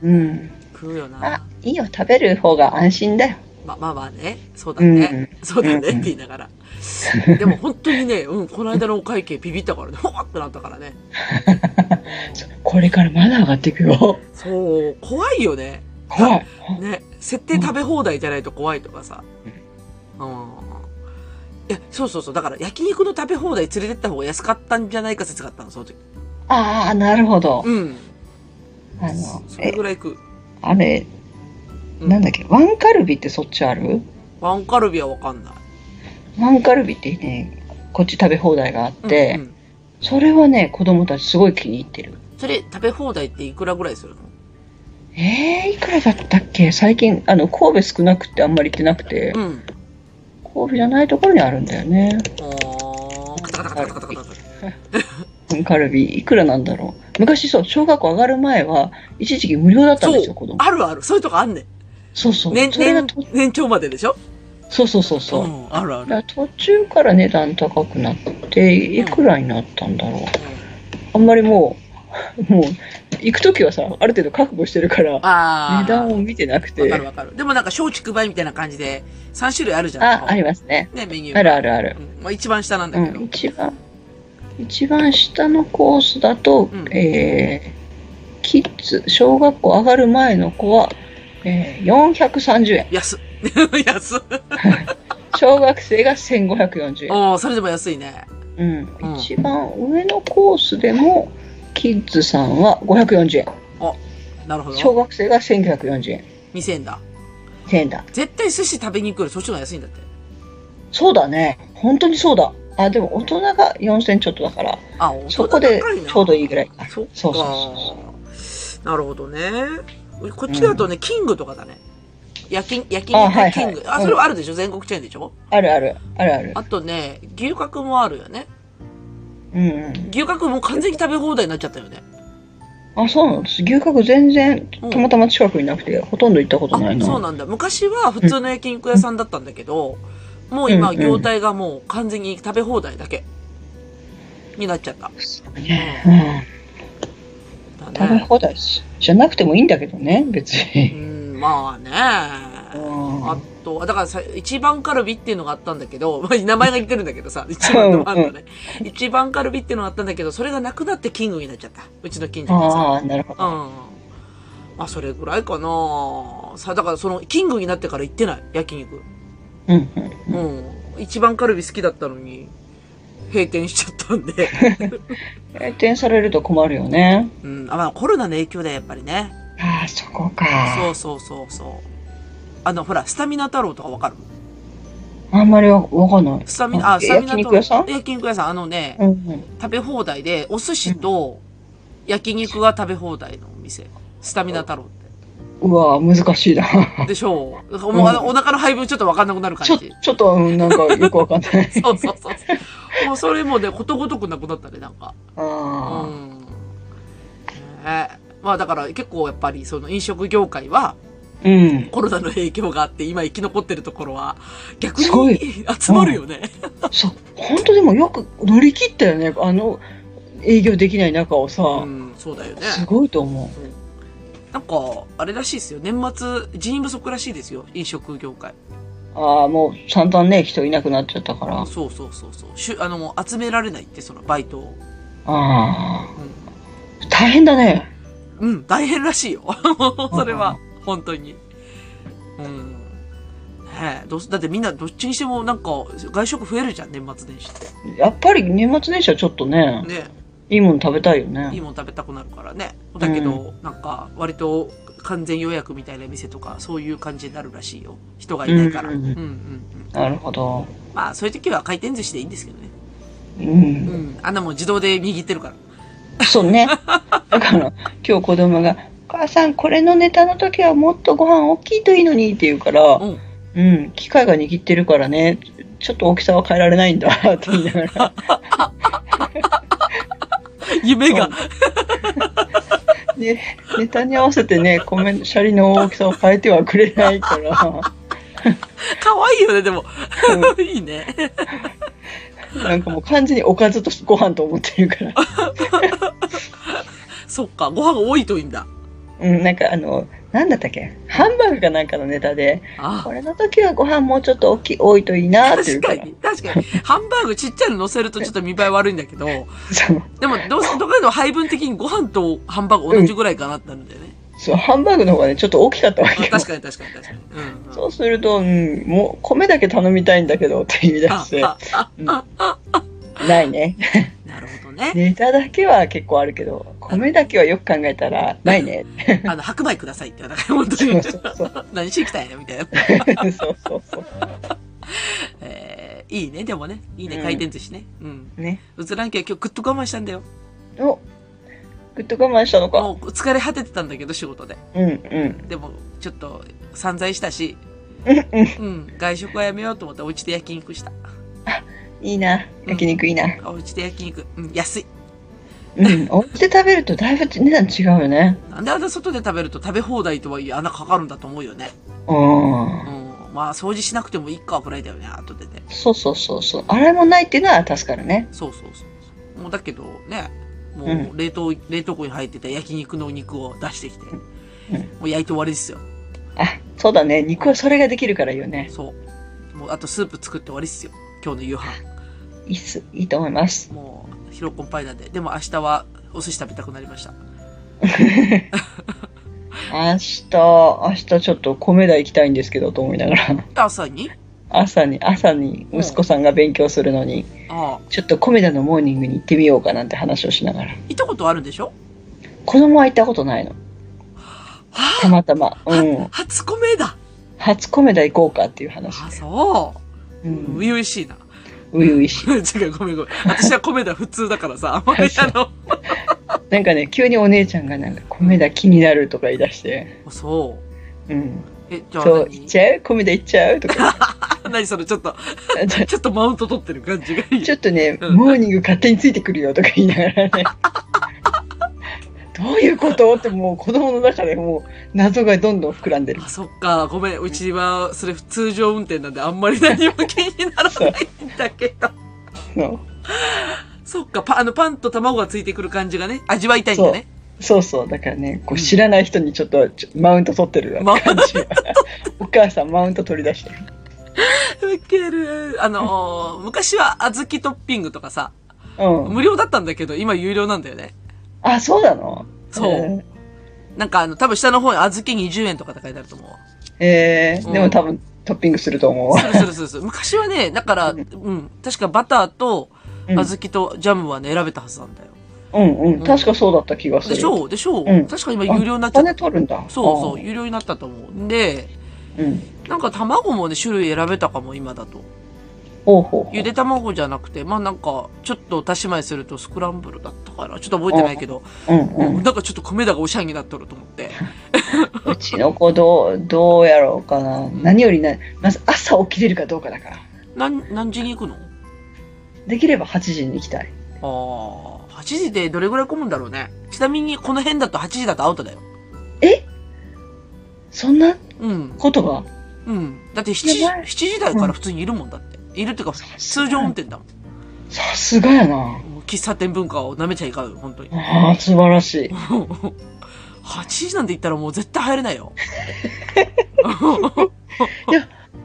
うん
食うよな
あ。いいよ食べる方が安心だよ
まあまあまあね。そうだね。そうだね。
う
っ
ん
て言いながら。でも本当にね、うん、この間のお会計ビビったからね、ほわってなったからね。
そうこれからまだ上がっていくよ
そう、怖いよね。
怖い
ね、設定食べ放題じゃないと怖いとかさ。うん。いや、そうそうそう。だから焼肉の食べ放題連れてった方が安かったんじゃないか説があったの、その時。
ああなるほど
うん。
あの
それ
え
ぐらい行く。
あれ
う
なんだっけワンカルビってそっちある
ワンカルビはわかんない。
ワンカルビってね、こっち食べ放題があっ
うん
て、
うん
それはね、子供たちすごい気に入ってる。
それ食べ放題っていくらぐらいするの
えー、いくらだったっけ最近、あの、神戸少なくてあんまり行ってなくて、
うん。
神戸じゃないところにあるんだよね。
おー、カタカタカタカタカタカタ。
ワンカルビ、いくらなんだろう。昔そう、小学校上がる前は、一時期無料だったんですよ、子供。
あるある。そういうとこあんねん。
そうそう。
年、
それが
年
と、
年長まででしょ
そうそうそうそう。
ん、あるあ
だ
る
か。ら途中から値段高くなって、いくらになったんだろう。あんまりもう、 もう、行くときはさ、ある程度覚悟してるから、
ああ。
値段を見てなく
わ
て。
かるわかる。でもなんか松竹梅みたいな感じで、3種類あるじゃん。
あ、あり
ま
ますね。
す。ね、メニュー。
あるあるある。
うんまあ一番下なんだ
う
けど。
ん、一番、一番下のコースだと、
うん
えー、キッズ、小学校上がる前の子は、えー、430円。
安っ。 安っ。
小学生が1540円。
おー、それでも安いね。
うん
うん。
一番上のコースでも、キッズさんは540円。
なるほど。
小学生が1940円。
2000円だ。
1000円だ。
絶対寿司食べに行くよりそっちの方が安いんだって。
そうだね。本当にそうだ。あ、でも大人が4000ちょっとだから、
あ、お
そこでちょうどいいぐらい。
そっか。
そうそう
なるほどね。こっちだとね、キングとかだね。焼き、焼き肉
あはいはい
キング。あ、
うん
それはあるでしょ全国チェーンでしょ
あるある、あるある。
あとね、牛角もあるよね。
うんうん。
牛角もう完全に食べ放題になっちゃったよね。
あ、そうなんです。牛角全然、
うん
たまたま近くになくて、ほとんど行ったこと
あ
ない、な。
そうなんだ。昔は普通の焼肉屋さんだったんだけど、もう今、
うんうん
業態がもう完全に食べ放題だけ。になっちゃった。
そうね。
だ
うん。食べ
ね。
放題しじゃなくてもいいんだけどね、別
う
に。
ん、まあね。
うん
あと、あだからさ、一番カルビっていうのがあったんだけど、 まあ名前が似てるんだけどさ、一番でもあるのね。一番カルビっていうのがあったんだけど、それがなくなってキングになっちゃった。うちの近所にさ。
ああ、なるほ
うん
ど。。
まあ、それぐらいかなさあ、だからその、キングになってから行ってない、焼肉。
うんうん。
うん。一番カルビ好きだったのに、閉店しちゃったんで。
閉店されると困るよね。
うん。あ、まあ、コロナの影響だよ、やっぱりね。
ああ、そこ
そ
か。
うそうそうそう。あの、ほら、スタミナ太郎とかわかる
あんまりわわかんない。
スタミナ、あ、
え
スタミナ
焼肉屋さん
焼肉屋さん、あのね、
うんうん。
食べ放題で、お寿司と焼肉が食べ放題のお店。スタミナ太郎っ
うわ難しいな。
て。でしょう。だからもうあの、お腹の配分ちょっとわかんなくなる
ちょ、
感じ。
ちょっと、うんなんかよくわかんない。
そうそうそうそう。もうそれもね、ことごとくなくなったね、なんか。う
ああ、
ん。ねえまあだから結構やっぱりその飲食業界は
うん。
コロナの影響があって今生き残ってるところは逆
すご
に
い
集まるよね。
そう、本当でもよく乗り切ったよね。あの、営業できない中をさ、
うん、そうだよね。
すごいと思
なんか、あれらしいですよ。年末人員不足らしいですよ。飲食業界。
う。ああ、もう散々ね、人いなくなっちゃったから。あ
そうそうそうそう。しゅあの、もう集められないって、そのバイトを。
あー、大変だね。
うん、うん、大変らしいよ。 それは、本当に。うん。ねえ、どうすだってみんなどっちにしてもなんか外食増えるじゃん、年末年始って。
やっぱり年末年始はちょっとね、
ね
いいもの食べたいよ
いい
ね。
もん食べたくなるからね。だけど、なんか割と完全予約みたいな店とかそういう感じになるらしいよ。人がいないから。う
うんん
う
うん
う
んうんんなるほど。
まあそういう時は回転寿司でいいんですけどね。
う。
うんん。あんなもん自動で握ってるから。
そ うね。だから、今日子供が、お母さん、これのネタの時はもっとご飯大きいといいのにって言うから、
うん。
うん、機械が握ってるからね、ちょっと大きさは変えられないんだ、って言いながら。
夢が。
ね、ネタに合わせてね、コメント、シャリの大きさを変えてはくれないから、
可愛いよね、でも。 いいね。
なんかもう完全におかずとご飯と思ってるから。
そっか、ご飯が多いといいんだ。
うん、なんかあの、なんだったっけハンバーグかなんかのネタで、
あ
これの時はご飯もうちょっと大きい、多いといいなってい
確
うか。
からに、確かに。ハンバーグちっちゃいの乗せるとちょっと見栄え悪いんだけど、
そう。
でも、どうせ、どこでも配分的にご飯とハンバーグ同じぐらいかなってなるんだよね。
そう、ハンバーグの方がね、ちょっと大きかったわ
あ
けよ。
確かに確かに確かに。うん、うん。
そうすると、うん、もう米だけ頼みたいんだけどって言い出
あ
して、
ああ
ないね。
なるほどね。
ネタだけは結構あるけど、米だけはよく考えたら、な いね。
あの、白米くださいって言われたから、本当
そう
に。
そうそう。
何しに来たんやねみたいな。
そうそうそう。
えー、いいね、でもね。いいね、
うん
回転寿司ね。うん。
ね。
うつらんきは今日ぐっと我慢したんだよ。
おグッと我慢したのか。
もう疲れ果ててたんだけど、仕事で。
うんうん。
でも、ちょっと散財したし、
うんうん。
うん、外食はやめようと思って、お家で焼肉した。
いいな。焼肉いいな。
あお家で焼肉。うん、安い。
うん。お家で食べるとだいぶ値段違うよね。
なんであんな外で食べると食べ放題とはいえ穴かかるんだと思うよね。
うん
う。ん。まあ掃除しなくてもいいかぐらいだよね、後でね。
そうそうそうそう。あれもないっていうのは助かるね。
そうそうそうそう。もうだけどね、も
う
う冷凍、冷凍庫に入ってた焼肉のお肉を出してきて、
うん
もう焼いて終わりですよ。
あ、そうだね。肉はそれができるからいいよね。
そう。もうあとスープ作って終わりですよ。今日の夕飯。
いいっす。いいと思います。
もう、ヒロコンパイなんで。でも明日はお寿司食べたくなりました。
明日、明日ちょっと米田行きたいんですけどと思いながら。
朝に
朝に、朝に息子さんが勉強するのに、
ああ。
ちょっと米田のモーニングに行ってみようかなんて話をしながら。
行ったことあるんでしょ
子供は行ったことないの。たまたま。う
は
ん。
初米だ。
初米田行こうかっていう話
あ、
で。
そう。
う
初
ん。
々しいな。
ういういしい。
違う、ごめんごめん。私は米田普通だからさ、あんまりあの、
なんかね、急にお姉ちゃんがなんか米田気になるとか言い出して。
あそう。
うん。
え、じゃあ
そう、行っ
何、
ちゃう米田行っちゃうとか。
何それ、ちょっと、
ちょ
ちょっとマウント取ってる感じがいい。
ちょっとね、
うん
モーニング勝手についてくるよとか言いながらね。どういうことってもう子供の中でもう謎がどんどん膨らんでる
あ、。そっか、ごめん。うちは、それ通常運転なんで、あんまり何も気にならないんだけ ど。
の
そっか、パ、あの、パンと卵がついてくる感じがね、味わいたいんだね。
そうそう、だからね、
う
こ
ん
う知らない人にちょっとちょマウント取ってる
マウン
感じが。 お母さんマウント取り出してる。
ウケる。あのー、昔は小豆トッピングとかさ、
うん。
無料だったんだけど、今有料なんだよね。
あ、そうなの
そうなんか、あの、多分下の方に小豆20円とかって書いてあると思うわ。
えーえー
うん
でも多分トッピングすると思う。
するするするする。昔はね、だから、う
うん
ん、確かバターと、
う
小
ん
豆とジャムはね、選べたはずなんだよ。
うんうんん。確かそうだった気がする。
でしょうでしょう、
うん
確か今有料になっちゃ
お
った。
金取るんだ。
そうそう、
あ
有料になったと思うんで、
ー。うん。
なんか卵もね、種類選べたかも、今だと。
ほうほうほう。
ゆで卵じゃなくて、まあなんか、ちょっと足し前するとスクランブルだったかな。ちょっと覚えてないけど、
うんう
うんん。なんかちょっと米田がおしゃれになっとると思 って。
うちの子どう、どうやろうかな。
ん
何よりな、まず朝起きれるかどうかだから。
なん、何時に行くの
できれば8時に行きたい。
ああ、8時でどれぐらい混むんだろうね。ちなみに、この辺だと8時だとアウトだよ。
えそんな
うん。
ことが
うん。だって7時、
やばい
7時台から普通にいるもんだって。いるっていうか、通常運転だもん。
さすがやな。
もう喫茶店文化を舐めちゃいかんよ、本当に。
ああ、素晴らしい。
8時なんて言ったらもう絶対入れないよ。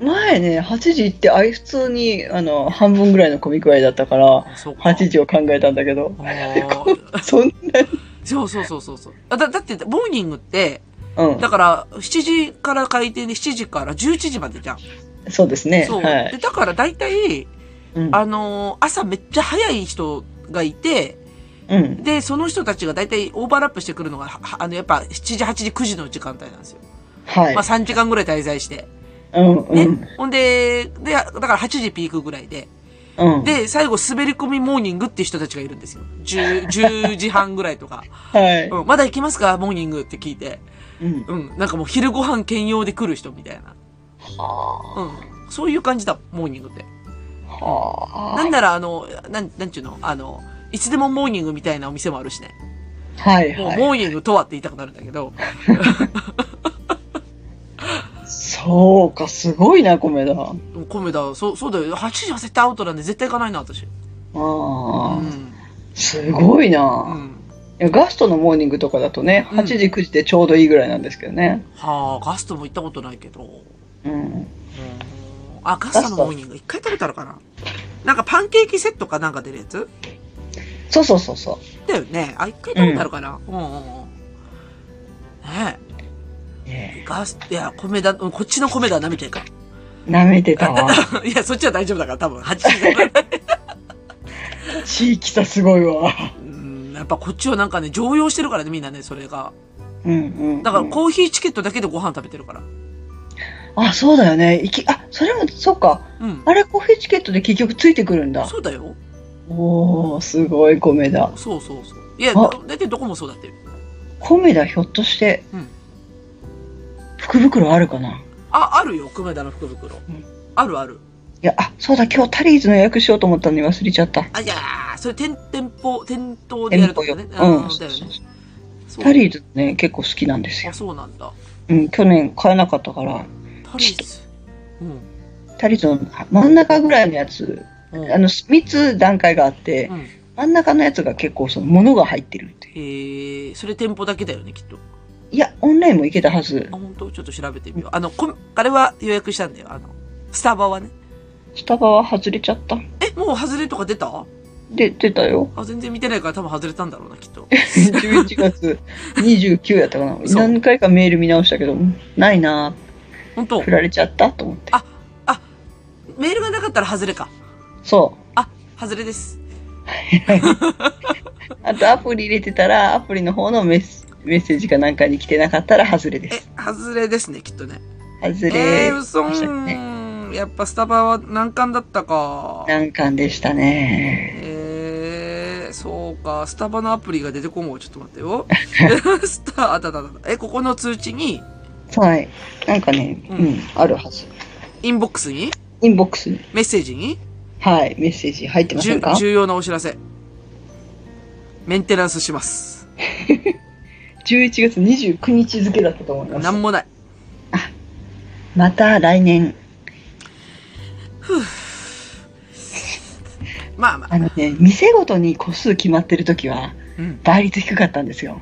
前ね、8時行って、あい普通に、あの、半分ぐらいの混み具合だったから、
そうか。
8時を考えたんだけど、
あー
そんな、
そうそうそうそうそうあだ。だって、モーニングって、
うん
だ、から、7時から開店で7時から11時までじゃん。
そうですね。
そう。
は
で
い。
だから大体、
うん。
あのー朝めっちゃ早い人がいて、
うん。
で、その人たちが大体オーバーラップしてくるのが、はあの、やっぱ7時、8時、9時の時間帯なんですよ。
はい
まあ。3時間ぐらい滞在して。
うん、
ね。
うん。
ほんで、で、だから8時ピークぐらいで。
うん。
で、最後滑り込みモーニングっていう人たちがいるんですよ。10、10時半ぐらいと か。
はい。
うん、まだ行きますかモーニングって聞いて。
うん。
うん、なんかもう昼ご飯兼用で来る人みたいな。
は
うん。そういう感じだ、モーニングって。
あ。は
なんなら、あの、なん、なんちゅうのあの、いつでもモーニングみたいなお店もあるしね。
あ。はい、
もう
はい。
モーニングとはって言いたくなるんだけど。
そうか、すごいな、米田。あ
でも米田、そう、そうだよ。8時は絶対アウトなんで絶対行かないな、私。う
あ、
ん。
すごいうな、
ん。
いやガストのモーニングとかだとね、
うん
8時、9時でちょうどいいぐらいなんですけどね。
はあ、ガストも行ったことないけど。うん
うん。
あ、ガストのモーニング一回食べたのかななんかパンケーキセットかなんか出るやつ
そうそうそうそう。
だよね。あ、一回食べたのかな、うん、うんうんうん。ねえ。ガス、いや、米だ、うんこっちの米だ、舐めちゃいかん。
舐めてたわ。
いや、そっちは大丈夫だから、多分。8時だから。
地域差すごいわ。
うん、やっぱこっちはなんかね、常用してるからね、みんなね、それが。
うんうんうん
だからコーヒーチケットだけでご飯食べてるから。
あ、そうだよね。いき、あ、それも、そっか。
うん。
あれ、コーヒーチケットで結局ついてくるんだ。
そうだよ。
おー、すごい米だ。
そうそうそう。いや、
あ
だいたいどこもそうだって。
米だ、ひょっとして。
うん
福袋あるかない
あ、あるよ、熊田の福袋。
ん
あるある。
や、あ、そうだ、今日タリーズの予約しようと思ったのに忘れちゃった。
あ、いやー、それ店、店舗、店頭でやるとかね。
店
あ
舗よ
ー
うん
だよね
そうそ。
そう
タリーズね、結構好きなんですよ
あ、。そうなんだ。
うん、去年買えなかったから、
タリーズ。うん。
タリーズの真ん中ぐらいのやつ、
うん
あの、3つ段階があって
う、ん。
真ん中のやつが結構その、物が入ってるっていう。
えー、それ店舗だけだよね、きっと。
いや、オンラインも行けたはず
あ、。本当ちょっと調べてみよう。あの、こあれは予約したんだよ。あの、スタバはね。
スタバは外れちゃった。
え、もう外れとか出た
で、出たよ。
あ、全然見てないから多分外れたんだろうな、きっ と。
11月29やったかな
そう
何回かメール見直したけどないな
本当
振られちゃったと思って
メールがなかったら外れか。
そ
あ、外れです。
うあとアプリ入れてたらアプリの方のメッセメッセージかなんかに来てなかったら外れで
え
す、
外れですね、きっとね。
外
え
れ
ー、嘘
ましたね
ーん。やっぱスタバは難関だったか。
難関でしたね
えー、そうか。スタバのアプリが出てこんわ。ちょっと待って よ。スタ、あったあったあった。え、ここの通知に、
はいなんかね
う
うんん、あるはず
インボックスに、
インボックスに
メッセージに、
はいメッセージ入ってませ
じゅ
んか
重要なお知らせ。メンテナンスします。
11月29日付だったと思いま
な
す
んもない。
また来年
まあまあ。
あのね店ごとに個数決まってる時は
うん。
倍率低かったんですよ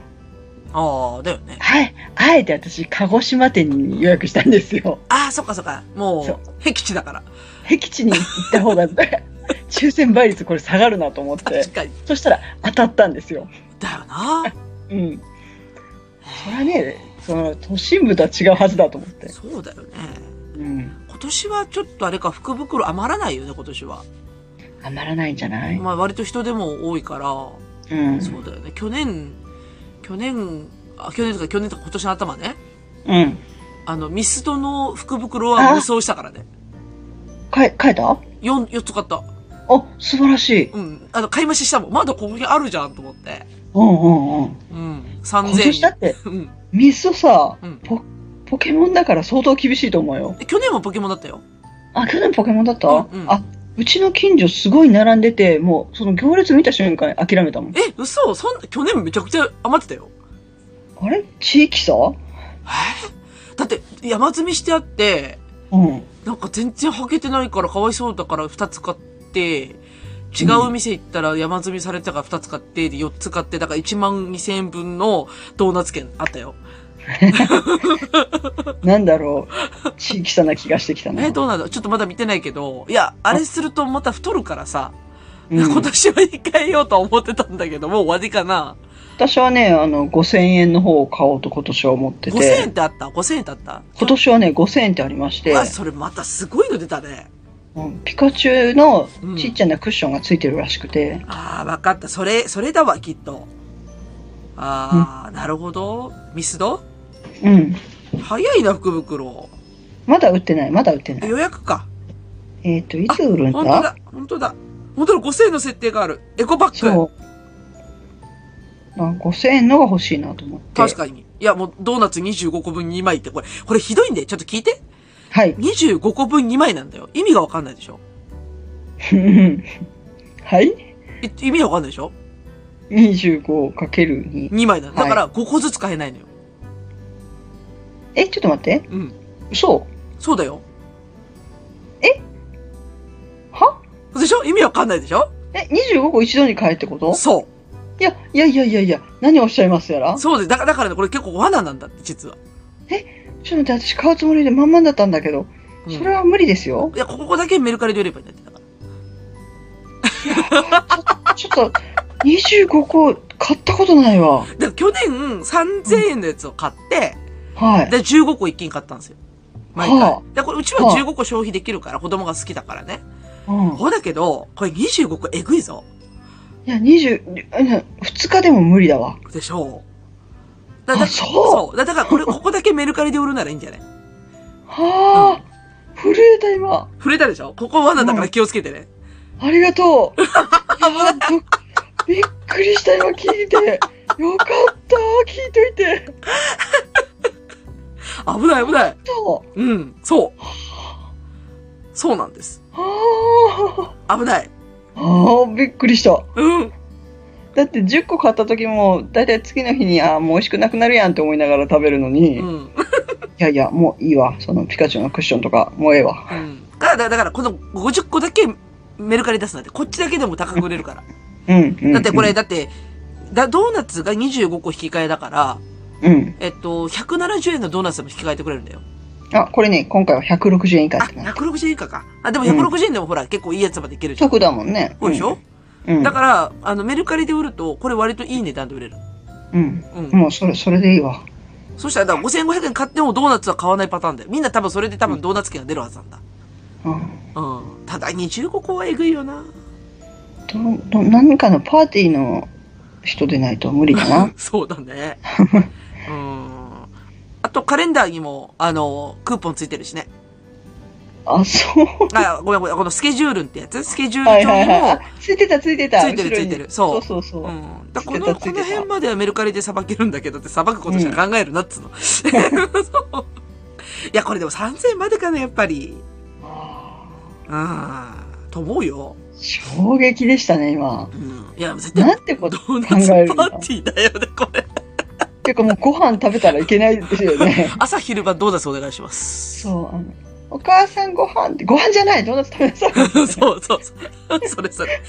ああ、だよね。
はい。あえて私、鹿児島店に予約したんですよ。
ああ、そっかそっか。も
そう
う、僻地だから。
僻地に行った方が、 抽選倍率これ下がるなと思って
確。かに。
そしたら当たったんですよ。
だよな。
うん。それはね、その都心部とは違うはずだと思って。
そうだよね。
うん。
今年はちょっとあれか、福袋余らないよね、今年は。
余らないんじゃない
まあ割と人でも多いから。
うん。
そうだよね。去年、去年、あ、去年とか去年とか今年の頭ね。
うん。
あの、ミストの福袋は無双したからね。
かえ、変えたあ、
4、四つ買った。
素晴らしい。
うん。あの、買い増ししたもん。まだここにあるじゃんと思って。
うんうんうん。
うん。
今年だ
3000
って、
円。うん。
ミストさ、
うん
ポ、ポケモンだから相当厳しいと思うよ。
え去年もポケモンだったよ。
あ、去年ポケモンだった、
うんうん
あ、うちの近所すごい並んでて、もうその行列見た瞬間諦めたもん。
え、嘘そん、去年めちゃくちゃ余ってたよ。
あれ地域差
えだって、山積みしてあって、
うん。
なんか全然履けてないからかわいそうだから2つ買って、違う店行ったら山積みされてたから2つ買って、で4つ買って、だから1万2000円分のドーナツ券あったよ。
なんだろう。地域差な気がしてきたな。
え、どうなんだちょっとまだ見てないけど、いや、あれするとまた太るからさ、
うん
今年は一回ようとは思ってたんだけど、もう終わりかな。
私はね、あの、5000円の方を買おうと今年は思って
5000円っ。
て
てあった ?5000 円ってあった
今年はね、5000円ってありまし
う
て
わ、それまたすごいの出たね。
うんピカチュウの
うん
ちっちゃなクッションがついてるらしくて、
ああ、わかった。それ、それだわ、きっと。ああ、なるほど。ミスド
うん、
早いな、福袋。
まだ売ってない、まだ売ってない。
予約か。
えっ、と、いつ売るん
本当
だ
だ、本当だ。本当だ、5000円の設定がある。エコバッグ。
そう。あ5000円のが欲しいなと思って。
確かに。いや、もう、ドーナツ25個分2枚って、これ、これひどいんで、ちょっと聞いて。
はい。
25個分2枚なんだよ。意味がわかんないでしょ
うん はい
い意味がわかんないでしょ
?25×2。
?2 枚なんだ。
は
だか
い
ら5個ずつ買えないのよ。
え、ちょっと待って。
うん。
嘘
そうだよ。
は
でしょ意味わかんないでしょ
え、25個一度に買えってこと
そ
いや、いやいやいやいや、何をおっしゃいますやら
う。そうで、だから、だからね、これ結構罠なんだって、実は。
ちょっと待って、私買うつもりで満々だったんだけど、
うん
それは無理ですよ。
いや、ここだけメルカリで売ればいいんだって、だから。
ちょっと、25個買ったことないわ。
だから去年3000円のやつを買って、
はい。
で、15個一気に買ったんですよ。毎回。
は
で、これうちは15個消費できるから、子供が好きだからね。
うん。
ほうだけど、これ25個えぐいぞ。
いや、20、2日でも無理だわ。
でしょう。だだ
あそう
だだからこれ、ここだけメルカリで売るならいいんじゃない
はあ、震えた今。
触れたでしょここ罠だから気をつけてね。
ありがとう。いやどびっくりした今聞いて。よかった、聞いといて。
危ない危ない。
そう。
うん、そう。そうなんです。
は
危ない。
あ、はあ、びっくりした。
うん。
だって10個買った時も、だいたい次の日に、ああ、もう美味しくなくなるやんって思いながら食べるのに、
う
い
ん。
やいや、もういいわ。そのピカチュウのクッションとか、もうええわ。
うん。だから、だからこの50個だけメルカリ出すなんて、こっちだけでも高く売れるから。
うん、うんうん。
だってこれ、だって、だドーナツが25個引き換えだから、
うん。
えっと、170円のドーナツでも引き換えてくれるんだよ。
あ、これね、今回は160円以下
あ、
ってな。
160円以下か。あ、でも160円でもほら、結構いいやつまでいけるじゃん。
得だもんね。
そうでしょ、
うん。
だから、あの、メルカリで売ると、これ割といい値段で売れる。
うん。
うん。
もうそれ、それでいいわ。
そしたら、だから5500円買ってもドーナツは買わないパターンだよ。みんな多分それで多分ドーナツ券が出るはずなんだ。
うん。
うん。ただ25個はえぐいよな。。
ど、ど、何かのパーティーの人でないと無理だな
そうだ ね。うん。あと、カレンダーにも、あの、クーポンついてるしね。
あ、そう。
あ、ごめんごめん。このスケジュールンってやつスケジュー
はい
ル
は
帳
い
にも
は、い。ついてたついてた。
ついてる
後ろに
ついてるそう
そうそうそう。
うん。だからこ
ついてた
の、
つ
こ
いてた
の辺まではメルカリでさばけるんだけどって、さばくことしか考えるなっ つうの。そういや、これでも3000円までかな、やっぱり。ああ、と思うよ。
衝撃でしたね、今。
うん。いや、絶対、
なんて
ド
こと。
ーナツパーティーだよね、これ。。
てかもうご飯食べたらいけないですよね
朝昼晩ドーナツお願いします。
そう。あのお母さんご飯って、ご飯じゃないドーナツ食べなさい。
そうそうそう。それそれ。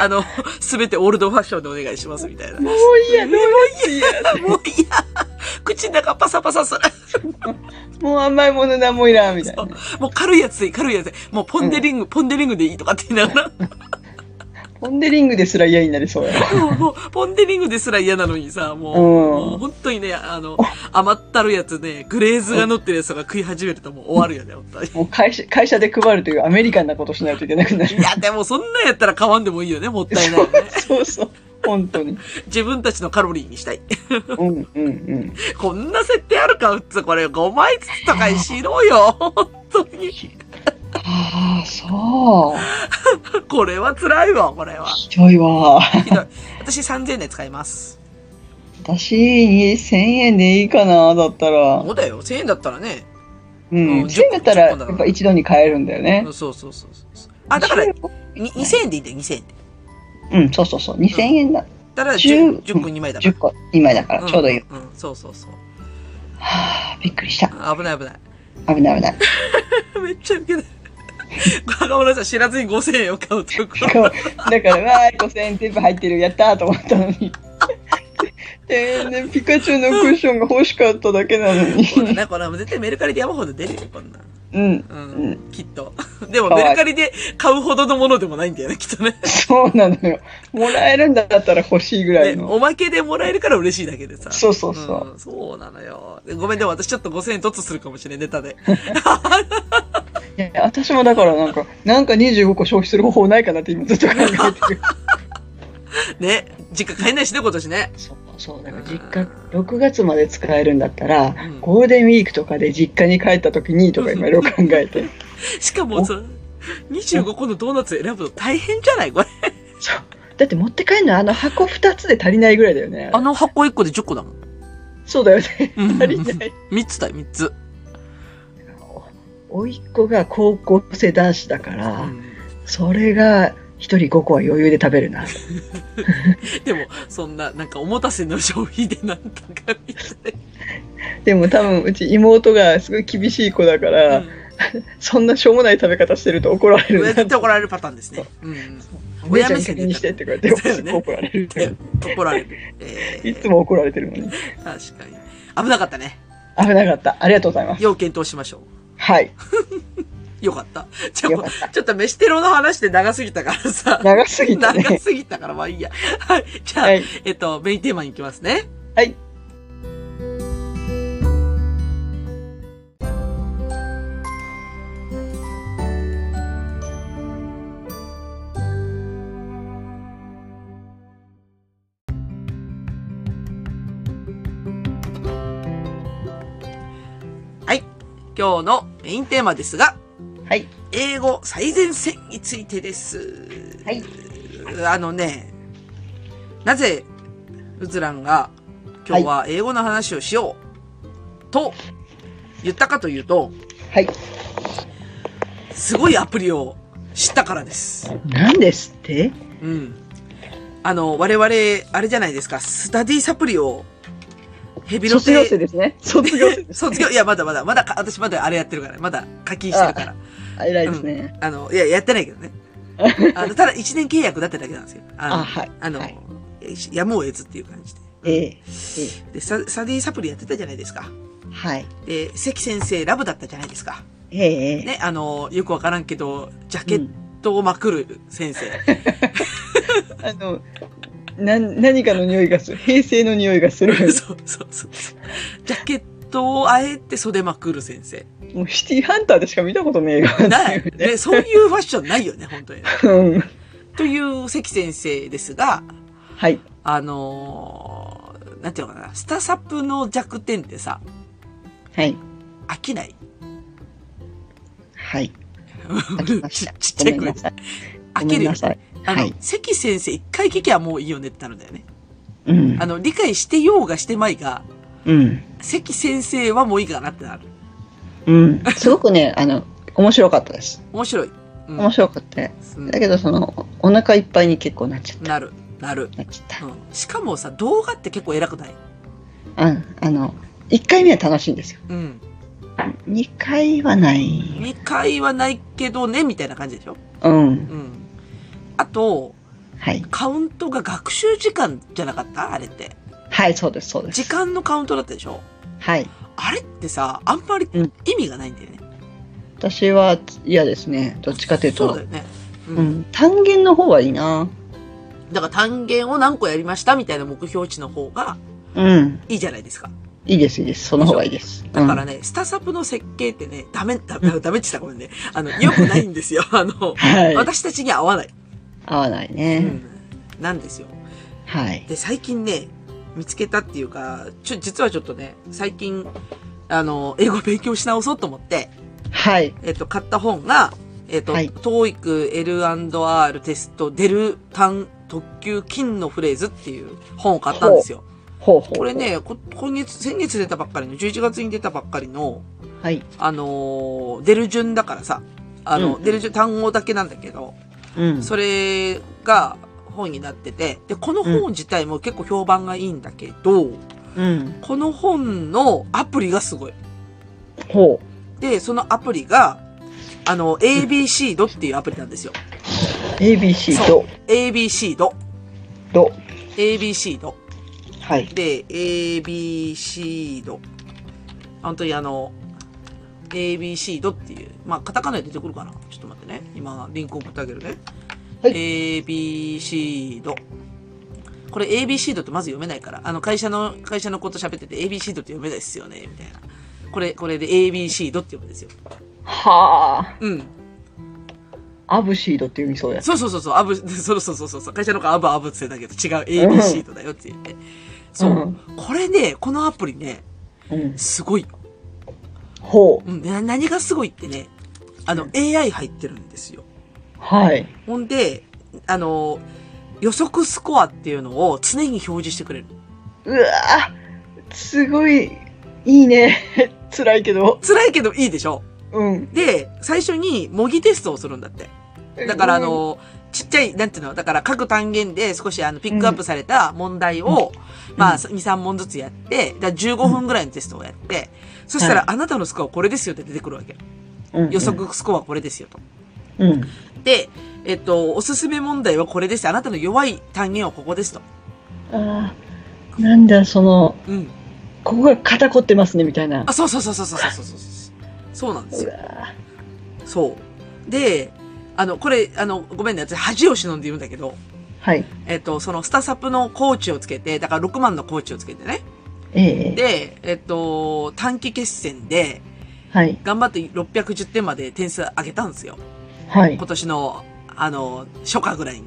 あの、すべてオールドファッションでお願いしますみたいな。も
もういいや、ドーナ
ういや、もういや。口の中パサパサする。
ツ。もう甘いものなんもいらん、みたいな。
もう軽いやつでいい、軽いやつでいい。もうポンデリング、ポンデリングでいいとかって言いながら。
ポンデリングですら嫌になりそうや。
もうもうポンデリングですら嫌なのにさ、もう、
うん
もう本当にね、あの、甘ったるいやつね、グレーズが乗ってるやつとか食い始めるともう終わるよね、本 当に。
もう会社会社で配るというアメリカンなことしないといけなくなる。
いや、でもそんなんやったら買わんでもいいよね、もったいない よね。
そうそう。本当に。
自分たちのカロリーにしたい。
うんうんうん。
こんな設定あるかうっつ、これ5枚ずつとかにしろ よ。本当に。
ああ、そう。
これは辛いわ、これは。
ひどいわ。
ひどい。私3000円で使います。
私、2000円でいいかな、だったら。
そうだよ。1000円だったらね。
うん。
うん
1000円だったら、やっぱ一度に買えるんだよね
うん。そうそうそうそう。あ、だから、に2000円でいいんだよ、2000円で。
うん、そうそうそう。2000円だ。
だから
10
10, 10個2枚だか。
10個、2枚だからら、ちょうどいい。
ん。うん、そうそうそう。
はあ、びっくりした。
危ない危 ない。
危ない危ない。
めっちゃウケない。若村さん知らずに5000円を買うところ。
こうだから、わーい、5000円全部入ってる、やったーと思ったのに。え然ピカチュウのクッションが欲しかっただけなのに。
こんなね、これはもう絶対メルカリで山ほど出るよ、こんなん。
うん。
う
うん
ん、きっと。でも、
かわいい
メルカリで買うほどのものでもないんだよね、きっとね。
そうなのよ。もらえるんだったら欲しいぐらい
ね
の。
おまけでもらえるから嬉しいだけでさ。
そうそうそう。
んそうなのよ。ごめん、でも私ちょっと5000円突するかもしれん、ネタで。
いや私もだからなんか、なんか25個消費する方法ないかなって今ずっと考えてる。
ね。実家買えないしね、今年ね。
そうそう、だから実家、6月まで使えるんだったら、
うん
ゴールデンウィークとかで実家に帰った時にとか今いろいろ考えて。
しかもさ、25個のドーナツ選ぶの大変じゃないこれ。
そう。だって持って帰るのはあの箱2つで足りないぐらいだよね。
あの箱1個で10個だもん。
そうだよね。
うん
足りない。
3つだよ、3つ。
甥いっ子が高校生男子だから、
うん
それが1人5個は余裕で食べるな。
でも、そんな、なんかおもたせの消費でなんとかみたい
でも多分うち妹がすごい厳しい子だから、
な。うん
そんなしょうもない食べ方してると怒られるな
絶対怒られるパターンですね。うん。
お姉ちゃんに確認してって言われて、
そうよね
すっごい怒られる。
怒られる。え
い
ー
つも怒られてるのに。
確かに。危なかったね。
危なかった。ありがとうございます。
要検討しましょ
はい。
う。よかった。ち
よ
ょ
かった
ちょっと飯テロの話で長すぎたからさ。
長すぎた
長
ね。
すぎたから、まあいいや。はい。じゃあ、
はい。
えっと、メインテーマに行きますね。
はい。
今日のメインテーマですが、
はい。
英語最前線についてです。
はい。
あのね、なぜ、うずらんが、今日は英語の話をしよう、と、言ったかというと、
はい。
すごいアプリを知ったからです。
何ですって
うん。あの、我々、あれじゃないですか、スタディサプリを、ヘビロ
卒業生
テ、
ですね。卒業 生です。
卒業、いや、まだまだ、まだか、私まだあれやってるから、まだ課金してるから。
あ偉いですね。
あの、いや、やってないけどね。あの、ただ1年契約だっただけなんですよ。あの、
あ、はい。
あの、
はい
やむを得ずっていう感じで。
ええ
で、ササディサプリやってたじゃないですか。
はい。
で、関先生ラブだったじゃないですか。
ええ
ね、あの、よくわからんけど、ジャケットをまくる先生。
あの、な、何かの匂いがする。平成の匂いがする。
そうそうそうそう。ジャケットをあえて袖まくる先生。
もうシティハンターでしか見たことねえが。
ない。ね、そういうファッションないよね、本当に。
うん。
という関先生ですが、
はい。
あのーなんていうのかな、スタサプの弱点ってさ、
はい。
飽きない。
はい。飽きました。
ちちっちゃ
ご
い
めん
声
な
で
さい。
飽
ご
き
め
る
ん
よ
な
ね。
さい。
あの、
はい
関先生一回聞きゃもういいよねってなるんだよね。
うん
あ。の、理解してようがしてまいが、
うん。
関先生はもういいかなってなる。
うん。すごくね、あの、面白かったです。
面白い。うん
面白かった。
うん
だけど、その、お腹いっぱいに結構なっちゃった。
なる、なる。
なっちゃっ
うんしかもさ、動画って結構偉くない
た。うん。あの、1回目は楽しいんですよ。
うん。
2回はない。
2回はないけどね、みたいな感じでしょ
うん。
うん。あと、
はい。
カウントが学習時間じゃなかったあれって。
はい、そうです、そうです。
時間のカウントだったでしょ
はい。
あれってさ、あんまり
うん
意味がないんだよね。
私は嫌ですね。どっちかという
そう
と
だ。よね。う。
うんん、単元の方はいいな。
だから単元を何個やりましたみたいな目標値の方が
うん。
いいじゃないですか。
いいです、いいです。その方がいいです。
だからね、スタサプの設計ってね、ダメ、ダメ、ダメって言ったらごめんね。あの、良くないんです よ。あの
うん、、はい。
私たちには合わない。
合わないうね。
ん。なんですよ。
はい。
で、最近ね、見つけたっていうか、ちょ、実はちょっとね、最近、あの、英語勉強し直そうと思って、
はい。
えっと、買った本が、えっと、
はい
TOEIC L&R テストデルタン特急金のフレーズっていう本を買ったんですよ。
ほうほう。
これ。ね、こ今月、先月出たばっかりの、11月に出たばっかりの、
はい。
あのー出る順だからさ、あの、
うん
出る順、単語だけなんだけど、
うん。
それが本になってて、で、この本自体も結構評判がいいんだけど、
うん。
この本のアプリがすごい。
ほ
で、そのアプリが、あの、ABC ドっていうアプリなんですよ。
う。ABC
そ
と、
ABC ド。
と。
ABC ド。
はい。
で、ABC ド。本当にあの、ABC ドっていう。まあ、カタカナで出てくるかなちょっと待ってね。今、リンク送ってあげるね。
はい
ABC ド。これ ABC ドってまず読めないから。あの、会社の、会社のこと喋ってて ABC ドって読めないっすよね、みたいな。これ、これで ABC ドって読むんですよ。
は
うん。
あ。アブシードって読みそうや。
そうそうそうそう、アブ、そうそうそうそうそう、会社の子アブアブって言ってたけど、違う ABC とだよって言って。そう、
うん
これね、このアプリね、
うん。
すごい。
ほ
うん、な何がすごいってね、あの、AI 入ってるんですよ。
う。はい。
ほんで、あの、予測スコアっていうのを常に表示してくれる。
うわぁ。すごい、いいね。 辛いけど。
辛いけどいいでしょ
うん。
で、最初に模擬テストをするんだって。だからあ
うん、
の、ちっちゃい、なんていうのだから各単元で少しあの、ピックアップされた問題を、まあ、2、3問ずつやって、だから15分ぐらいのテストをやって、そしたら、
は
あなたのスコアこれですよって出てくるわけ。
うん
予。測スコアこれですよと。
うん。
で、えっと、おすすめ問題はこれです。あなたの弱い単元はここですと。
ああ。なんだ、その、
うん。
ここが肩凝ってますね、みたいな
あ、。そうそうそうそうそうそうそうそう。そうなんです
う
よ。
わ
そう。で、あの、これ、あの、ごめんね、私恥を忍んで言うんだけど、
はい。
えっと、そのスタサプのコーチをつけて、だから6万のコーチをつけてね。
ええ
で、えっと、短期決戦で、
はい。
頑張って610点まで点数上げたんですよ。
はい
今。年の、あの、初夏ぐらいに。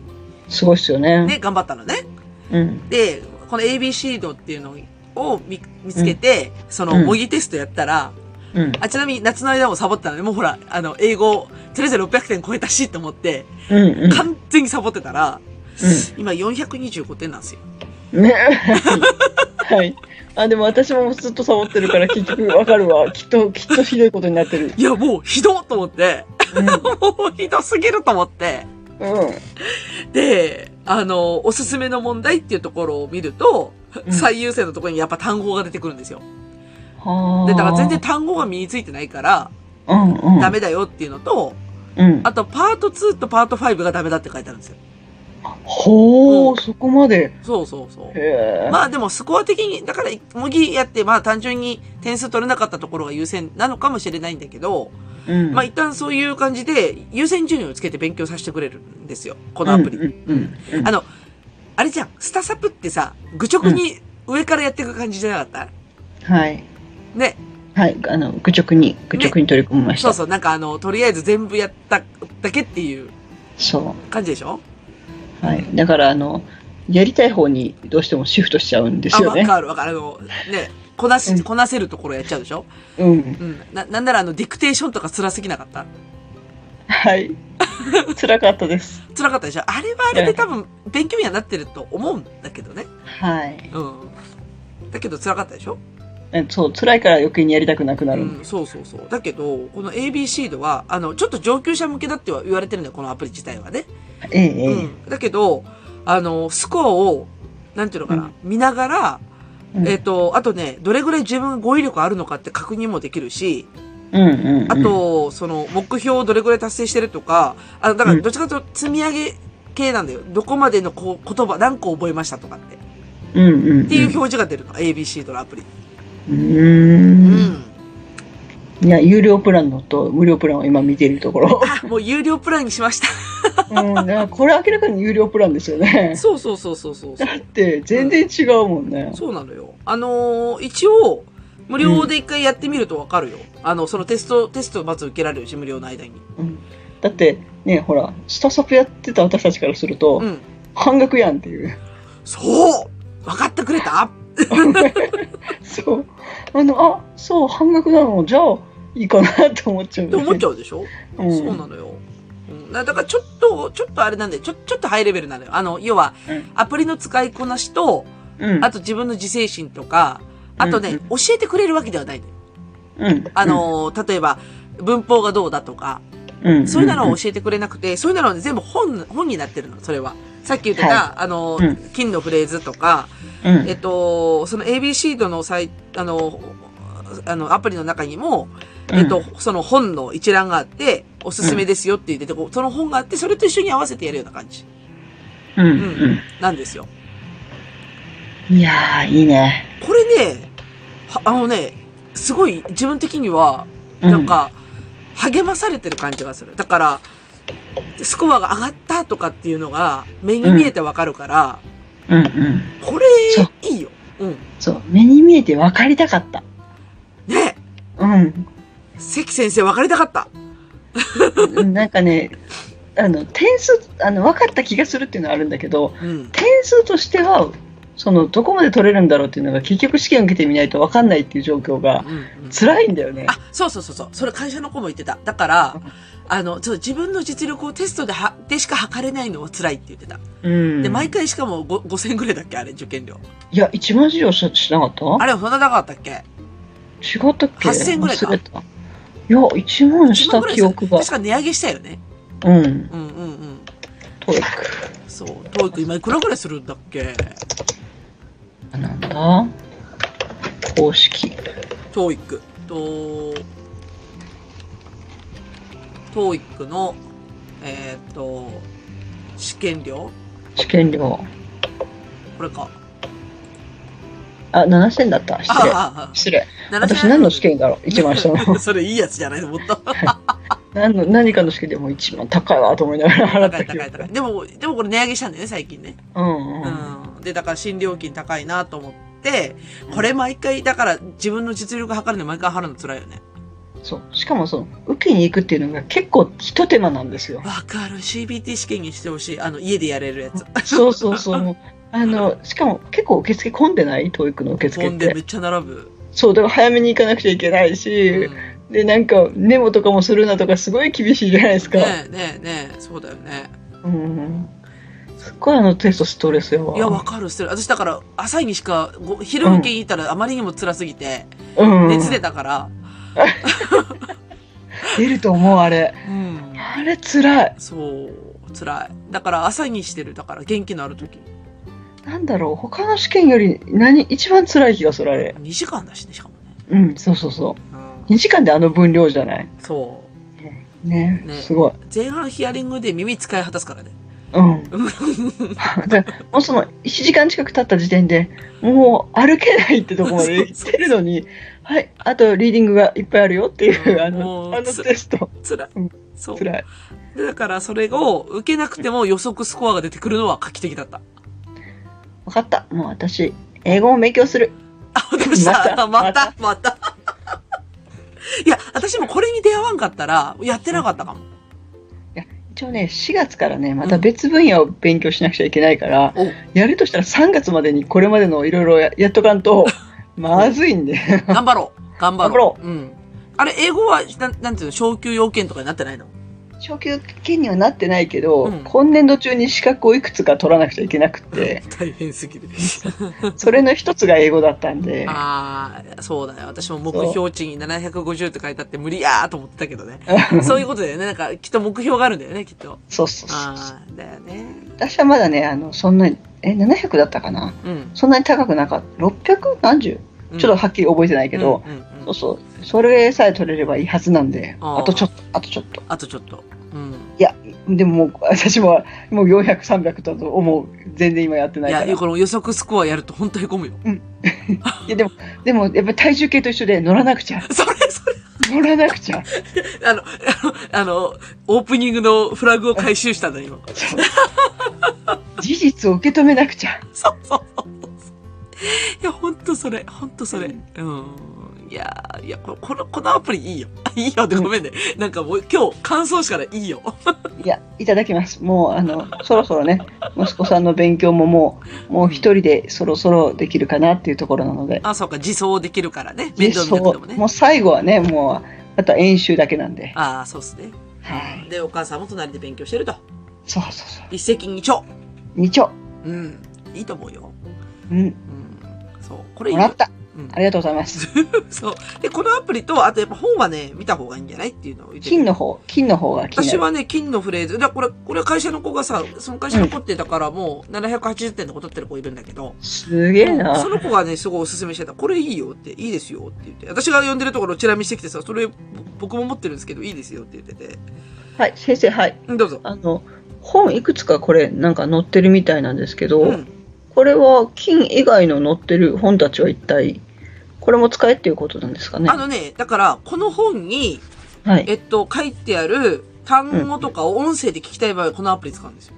すごいっすよね。
ね、頑張ったのね。
うん。
で、この ABC ドっていうのを見見つけて、その
うん
模擬テストやったら、
うん。
あ、ちなみに夏の間もサボってたので、もうほら、あの、英語、とりあえず600点超えたしと思って、
うん。うん。
完全にサボってたら、
う
今425点なんですよ。
ね はい。あ、でも私もずっとサボってるから結局わかるわ。きっと、きっとひどいことになってる。
いや、もうひどっと思って、 もうひどすぎると思って、
うん。うん。
で、あの、おすすめの問題っていうところを見ると、
うん
最優先のところにやっぱ単語が出てくるんですよ。
はあ。
で、だから全然、単語が身についてないから、
うんうん。
ダメだよっていうのと、
うん。
あとパート2とパート5がダメだって書いてあるんですよ。
ほ
うん
う、そこまで。
そうそうそう
へ。え。
まあでもスコア的に、だから、模擬やって、まあ単純に点数取れなかったところが優先なのかもしれないんだけど、
うん
まあ一旦そういう感じで優先順位をつけて勉強させてくれるんですよ。このアプリ。
うんうんうんうん
あの、あれじゃん、スタサプってさ、愚直に上からやっていく感じじゃなかった、
はい。
ね。
はい。あの、愚直に、愚直に取り組みまし
そう
た。
そう、なんかあの、とりあえず全部やっただけっていう
そ
感じでしょ
う。はい。だから、あの、やりたい方にどうしてもシフトしちゃうんです
あ、
よ
わ
ね。
かるわかる。あの、ね、こな
う
し、
ん
こなせるところやっちゃうでしょ
うん。
うん。な、なんならあの、ディクテーションとか辛すぎなかった
はい。 辛かったです。
辛かったでしょあれはあれで多分、勉強にはなってると思うんだけどね。
はい。
うん。だけど辛かったでしょ
えそう、辛いから余計にやりたくなくなる。
うん、そうそうそう。だけど、この ABC 度は、あの、ちょっと上級者向けだっては言われてるんだよ、このアプリ自体はね。
ええ、ええ。
うん。だけど、あの、スコアを、なんていうのかな、見ながら、
うん
えっ、と、あとね、どれぐらい自分語彙力あるのかって確認もできるし、
うんうんうん。
あ、と、その、目標をどれぐらい達成してるとか、あの、だから、
うん
どっちかというと積み上げ系なんだよ。どこまでのこう言葉、何個覚えましたとかって。
うんうんん。
っていう表示が出るの、ABC ドラアプリ。
う
う
ーん。
ん。
いや、有料プランのと無料プランを今見ているとこ ろ。
あ、もう有料プランにしました。
うん。だからこれ明らかに有料プランですよね。
そうそうそうそうそう そう。
って全然違うもんね。
そうなのよ。あのー一応、無料で一回やってみるとわかるよ。あの、そのテスト、テストまず受けられるし、無料の間に。
うんだって、ね、ほら、スタサプやってた私たちからすると、
うん。
半額やんっていう。
そう分かってくれた
そう。あの、あ、そう、半額なの。じゃあ、いいかなと思っちゃう、
って思っち
ゃ
ゃうでしょ、
う。うん、
そうなのよ。うん、なだからちょっと、ちょっとあれなんで、ちょ、ちょっとハイレベルなのよ。あの、要は
うん、
アプリの使いこなしと、
うん。
あと自分の自制心とか、あとね、
うん
教えてくれるわけではないのよ。
うん、
あのー例えば、文法がどうだとか、
うん、うん、
そういうのを教えてくれなくて、そういうのはね全部本、本になってるの、それは。さっき言ってた、
は
あの、
うん
金のフレーズとか、
うん、うん
えっと、その ABC 度のサイ、あの、あの、アプリの中にも、えっと、その本の一覧があって、おすすめですよって言ってて、こうその本があって、それと一緒に合わせてやるような感じ
うん、
う
うん
なんですよ。
ん。いやー、いいね。
これね、はあのね、すごい自分的には、
うん
なんか、励まされてる感じがする。だから、スコアが上がったとかっていうのが、目に見えてわかるから、
うん、うん。
これ
そう、
いいよ。うん。
そう、目に見えて分かりたかった。
ね
うん。
関先生分かりたかった。
うんなんかね、あの、点数、あの、分かった気がするっていうのはあるんだけど、
うん。
点数としてはそのどこまで取れるんだろうっていうのが結局試験受けてみないと分かんないっていう状況が
うんうん
辛いんだよね。
あ、そうそうそうそう。それ会社の子も言ってた。だから、あの、ちょっと自分の実力をテストでは、でしか測れないのは辛いって言ってた。
うん、
で、毎
い
回しかも5 5000ぐらいだっけあれ、受験料。
や一万以上ししなかった
あれ、そんな高かったっけ
違ったっけ
8000ぐらいか
忘れたいや一万した記憶が
確か値上げしたよね。
うん
うんうんうん。
トイッ
そう。トーイック今いくらぐらいするんだっけ
クなんだ公式
トーイック。と、トーイックの、えーっと、試験料
試験料
これか。
あ七7000だった失礼
ああ、
失礼
ああ
私何の試験だろう一番下 の
それいいやつじゃないのもっと。
何の何かの試験でも一番高いわと思いながら払
高
った
い
記
高い
憶
高
が
い。でも、でもこれ値上げしたんだよね、最近ね。
うんうん、
うん。で、だから新料金高いなと思って、これ毎回、だから自分の実力測るの毎回測るの辛いよね。
そう。しかもその、受けに行くっていうのが結構一手間なんですよ。
わかる。CBT 試験にしてほしい。あの、家でやれるや つ。
そうそうそう。もうあの、しかも結構受付混んでない教育の受付
飛
っ
んで
て。
めっちゃ並ぶ。
そう、だから早めに行かなくちゃいけないし、
ね
で、なんか、メモとかもするなとか、すごい厳しいじゃないですか。
えねえねえ、そうだよね。
うん。すっごいあのテストストレスやわ。
いや、わかる、ストレス私だから、朝にしか、ご昼向けにいたらあまりにも辛すぎて、
うん。
熱出たから、
出ると思う、あれ。
うん
あれ、辛い。
そう、辛い。だから朝にしてる、だから元気のある時。
なんだろう、他の試験より、何、一番辛い気がする、あれ。
2時間だしね、しかもね。
うん、そうそうそうう。
ん
2時間であの分量じゃない
そう。
ね。
ね
すごい。
前半ヒアリングで耳使い果たすからね。
うん。だからもうその、1時間近く経った時点で、もう歩けないってとこまで来てるのに、はい、あとリーディングがいっぱいあるよっていう、あ
もう
の、あの
つ
テスト。
辛い
うん。
そう。
辛い。
でだからそれを受けなくても予測スコアが出てくるのは画期的だ った。
わかった。もう私、英語を勉強する。
あ、どうしたま
ま
た
た、
また。 いや、私もこれに出会わんかったら、やってなかったかも。
一応ね、4月からね、また別分野を勉強しなくちゃいけないから、
お
やるとしたら3月までにこれまでのいろいろややっとか んと、まずいんで。
頑張ろう。頑張ろう。
頑張ろ
うん。あれ、英語は、なんなんていうの、昇級要件とかになってないの
昇級権にはなってないけど、
うん
今年度中に資格をいくつか取らなくちゃいけな くて、
大変す ぎる。
それの一つが英語だったんで、
ああ、そうだよ。私も目標値に750って書いてあって無理やーと思ってたけどね。 そういうことだよね。なんか、きっと目標があるんだよね、きっと。
そうそうそうそう。
ああ、だよね。
私はまだね、あの、そんなに、え、700だったかな
うん。
そんなに高くなかった。600何十、
うん
ちょっとはっきり覚えてないけど、
うんうんうん
そうそう。それさえ取れればいいはずなんで、
あー
あとちょっと、あとちょっと。
あとちょっと。うん。
でももう、私はもう400、300だと思う。全然今やってないいから。
や、
いや、
この予測スコアやると本当へこむよ。
でも、でも、やっぱり体重計と一緒で乗らなくちゃ。
それ、それ、
乗らなくちゃ。
あの、あの、あの、オープニングのフラグを回収したんだ、 今。
そう事実を受け止めなくちゃ。
そうそうそう。いや、本当それ、本当それ。うん。いやーいや、ここの、このアプリいいよ。 いいよってごめんね。なんかもう今日、感想しからいいよ。
いや、いただきます。もう、あの、 そろそろね、息子さんの勉強ももう、もう一人でそろそろできるかなっていうところなので。
あ、そうか、自走できるからね。面倒見なくても
そう
ね
も。う最後はね、もう、あとは演習だけなんで。
ああ、そうっすね。
はい。
で、お母さんも隣で勉強してると。
そうそうそう。
一石二鳥。
二丁。
うん。いいと思うよ。
うん。
うん。そう。これいい
も
よ
らった。
うん
ありがとうございます。
そう。で、このアプリと、あとやっぱ本はね、見た方がいいんじゃないっていうのを言って
金の方、金の方が気にな
私
る。
はね、金のフレーズ。だからこれ、これ会社の子がさ、その会社の子ってだからもう780点の子取ってる子いるんだけど、
すげえな
そ。の子がね、すごいおすすめしてた。これいいよって、いいですよって言って。私が呼んでるところをチラ見してきてさ、それ僕も持ってるんですけど、いいですよって言ってて。
はい、先生、はい。
うんどうぞ。
あの、本いくつかこれ、なんか載ってるみたいなんですけど、
うん。
これは金以外の載ってる本たちは一体、これも使えっていうことなんですかね
あ。のね、だから、この本に、
はい。
えっと、書いてある単語とかを音声で聞きたい場合は、このアプリ使うんですよ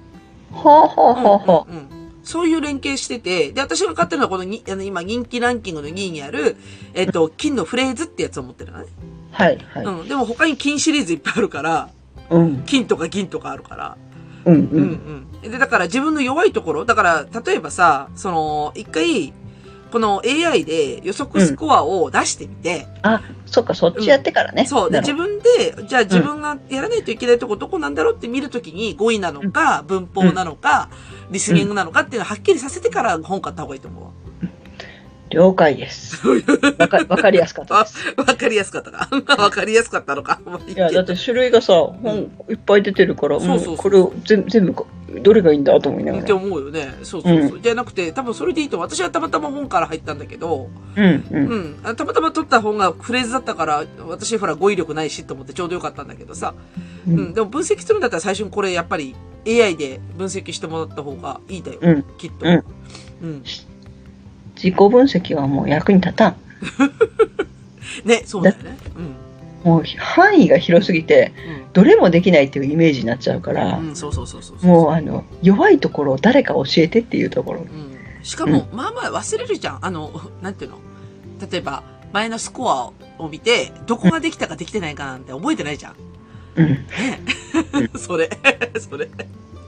ほうほうほうほ
うんうんうんそういう連携してて、で、私が買ってるのはこのにあの今人気ランキングの2位にある、えっと、金のフレーズってやつを持ってるのね。
う。はい、はい。
うん。でも他に金シリーズいっぱいあるから、
うん、
金とか銀とかあるから。
うん、う
うん
ん。
うん。で、だから自分の弱いところ、だから例えばさ、その、一回、この AI で予測スコアを出してみて、
あ、そっか、そっちやってからね。
そう。で、
なる
自
ほ
分で、じゃあ自分がやらないといけないとこどこなんだろうって見るときに語彙なのか、文法なのか、リスニングなのかっていうのをはっきりさせてから本買った方がいいと思う わ。
ど了解です。わかわかりやすかったです。
わかりやすかったか。わかりやすかったのか。まあいい
いや、
け
だ
ど
って種類がさ、本いっぱい出てるから、
そう
も
そう
う
そ
こ
う
れを全全部こ、どれがいいんだと思いなが
って
ら。
思うよね。そうそうそう。じゃなくて、多分それでいいと思う。私はたまたま本から入ったんだけど、
うん、う。
うんん。あたまたま取った本がフレーズだったから、私ほら語彙力ないしと思ってちょうどよかったんだけどさ。
う
うん。
ん、
でも分析するんだったら最初にこれやっぱり AI で分析してもらった方がいいだよ。
うん
きっと。
うん
うん。
自己分析はもう役に立たん。
ね、そうだよね。うん。
もう範囲が広すぎて、どれもできないっていうイメージになっちゃうか
う
ら、
ん。うん、そうそうそうそうそう。
もうあの、弱いところを誰か教えてっていうところ。
うんしかも、まあまあ忘れるじゃん。あの、なんていうの例えば、前のスコアを見て、どこができたかできてないかなんて覚えてないじゃん。
うん。
ね それ。それ。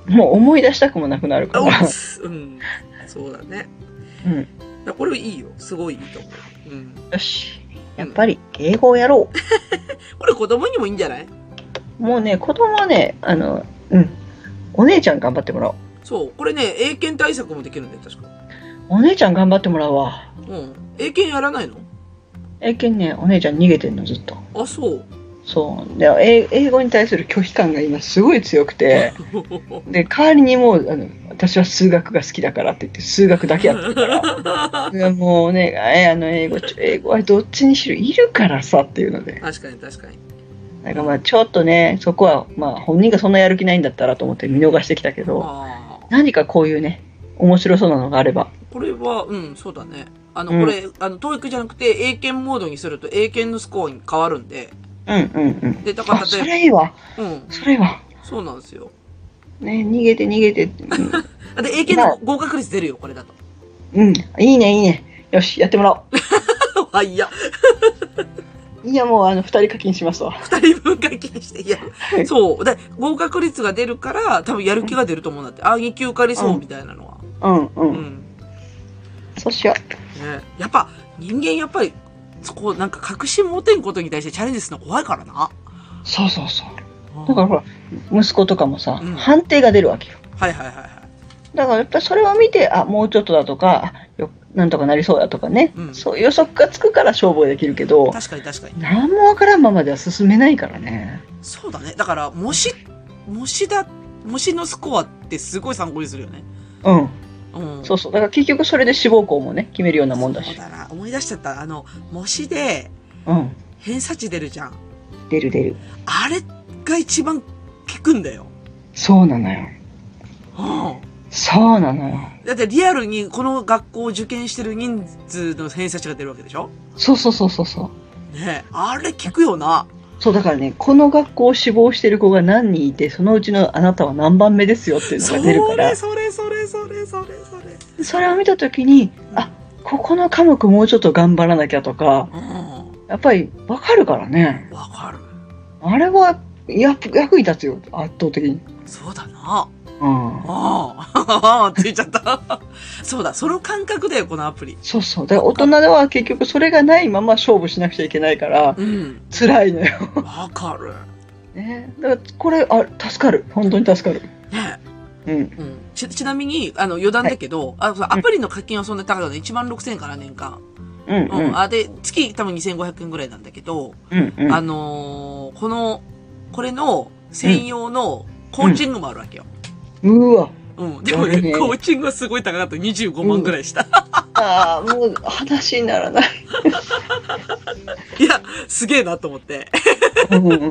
もう思い出したくもなくなるから。
うん。そうだね。
うん。
だからこれいいよ。すごいいいと思う。うん。
よし。やっぱり、英語をやろ。
これ子供にもいいんじゃないう
もうね、子供はね、あの、うん。お姉ちゃん頑張ってもらおう。
そう。これね、英検対策もできるんだよ、確か。
お姉ちゃん頑張ってもらうわ。
うん。英検やらないの
英検ね、お姉ちゃん逃げてんの、ずっと。
あ、そう。
そう。で、英英語に対する拒否感が今すごい強くて、で、代わりにもう、あの、私は数学が好きだからって言って、数学だけやってるから、いやもうお願い、あの、英語、ちょ英語はどっちにしろいるからさっていうので、
確かに確かに。
なんかまあ、ちょっとね、そこは、まあ、本人がそんなやる気ないんだったらと思って見逃してきたけど、
ああ。
何かこういうね、面白そうなのがあれば、
これは、うん、そうだね。あの、
うん
これ、あの、トイックじゃなくて、英検モードにすると、英検のスコアに変わるんで。
うんうんうん。
で、だから
あ、そ
例え
れいいわ。
ば、うん、
それいいわ。
そうなんですよ。
ね、逃げて逃げて。うん
あで、英検の合格率出るよ、これだと。
うん、いいね、いいね。よし、やってもら
あ、いや、
おう。いや、もう、あの、二人課金しますわ。
二人分解禁して、いや
い、
そう。で、合格率が出るから、多分やる気が出ると思うんだって。あ、2級受かりそう、みたいなのは。
うん、う。
うんん。
そうしよ
ね、やっぱ人間やっぱりそこなんか確信持てんことに対してチャレンジするの怖いからな。
う。そうそうそう。だからほら、息子とかもさ、
うん
判定が出るわけよ。
はいはいはいはい。
だからやっぱりそれを見て、あ、もうちょっとだとか、あよなんとかなりそうだとかね、
うん
そういう予測がつくから勝負ができるけど、
確かに確かに。
何もわからんままでは進めないからね。
そうだね。だから、模試、模試だ、模試のスコアってすごい参考にするよね。
うん。
うん。
そうそう。だから結局それで志望校もね、決めるようなもんだ
そう
し。
だな。思い出しちゃった。あの、模試で
うん。
偏差値出るじゃん。
出る出る。
あれが一番効くんだよ。
そうなのよ。
うん。
そうなのよ。
だってリアルにこの学校を受験してる人数の偏差値が出るわけでしょ
そうそうそうそうそう。
ねえあれ効くよな。
そうだからね、この学校を志望してる子が何人いて、そのうちのあなたは何番目ですよっていうの
そ
が出るから
れ、それそれそれそれそれ。
それを見たときに、あここの科目もうちょっと頑張らなきゃとか、
うん。
やっぱり分かるからね、
わかる。
あれは役役に立つよ、圧倒的に。
そうだな。
うん、
あ あ。って言っちゃった。 そうだ、その感覚だよ、このアプリ。
そうそう、だから大人では結局それがないまま勝負しなくちゃいけないから、
うん。
辛いのよ。
わかる。
ね、だからこれあ、助かる、本当に助かる。
ね
うん、
え。うん。ち、ちなみに、あの、余談だけど、あそうアプリの課金はそんな高くない。1万6000円から年間。
うん、う
うん。
ん、
あ、で、月多分2500円ぐらいなんだけど、
うん、うん。
あのーこの、これの専用のコーチングもあるわけよ。
うわ、
うん。でも
ある
ね、
ね
コーチングはすごい高かった。25万ぐらいした。
ああ、もう話にならない。
いや、すげえなと思って。
うん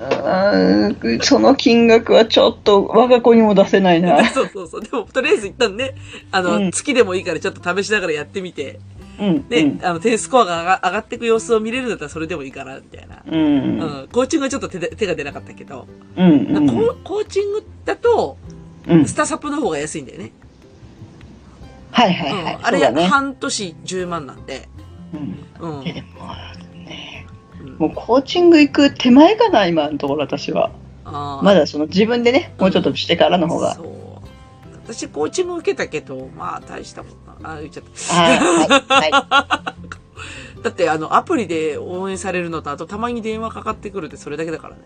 あー その金額はちょっと我が子にも出せな いな。
そうそうそう。でも、とりあえず一旦ね、あの、
うん
月でもいいからちょっと試しながらやってみて、
うん。
で、あの、点スコアが上が上がっていく様子を見れるんだったらそれでもいいかな、みたいな。
う。
うんん。コーチングはちょっと手で手が出なかったけど、
うん。うん。
コーコーチングだと、
うん
スタサプの方が安いんだよね。
はいは
う
い
ん。
はい。
あれ、
そうだね。
半年10万なんで。
うん
うん。
いやでもね
うん
もうコーチング行く手前かな、今のところ私は。
あー
まだその自分でね、もうちょっとしてからの方が。
そう。私、コーチング受けたけど、まあ、大したことなあー、言っちゃった。
あーはい。は
だって、あの、アプリで応援されるのと、あと、たまに電話かかってくるって、それだけだからね。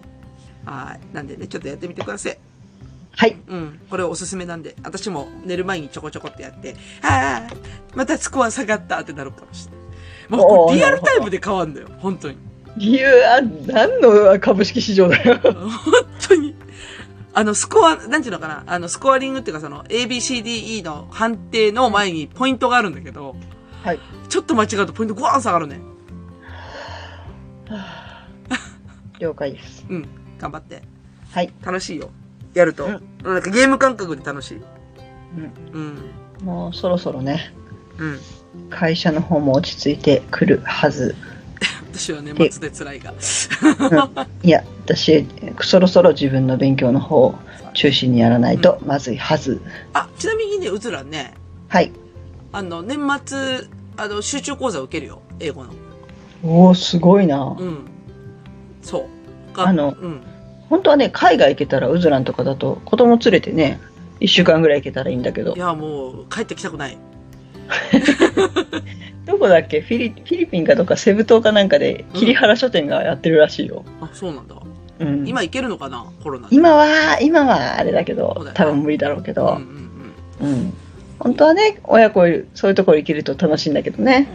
はい。なんでね、ちょっとやってみてください。
い。はい。
うん。これおすすめなんで、私も寝る前にちょこちょこってやって、ああ、またスコア下がったってなるかもしれない。もう
おー
これリアルタイ
な
ムで変わんだよ。本当に。
理由は何の株式市場だよ。
本当に。あの、スコア、なんていうのかなあの、スコアリングっていうか、その、ABCDE の判定の前にポイントがあるんだけど、
はい。
ちょっと間違うとポイントグワーン下がるね。
了解です。
うん。頑張って。
はい。
楽しいよ。やると。
うん
なんかゲーム感覚で楽しい。
うん
うん。
もうそろそろね、
うん。
会社の方も落ち着いてくるはず。
私は年末で辛いが。
いや、私、そろそろ自分の勉強の方を中心にやらないとまずいはず。
あ、ちなみにね、うずらね、
はい。
あの、年末、あの、集中講座受けるよ。英語の。
おお、すごいな
う。ん。そう。が
あの
うん。
本当はね、海外行けたら、ウズランとかだと子供連れてね、一週間ぐらい行けたらいいんだけど
い、や、もう、帰ってきたくない。
どこだっけフィリフィリピンかどっかセブ島かなんかで桐原書店がやってるらしいよ、
あ、そうなんだ。
うん、
今いけるのかなコロナで。
今は今はあれだけ
そう
ど
だよね
多分無理だろうけ
うんうん
ど、
うん。
うん本当はね親子いるそういうところ行けると楽しいんだけどね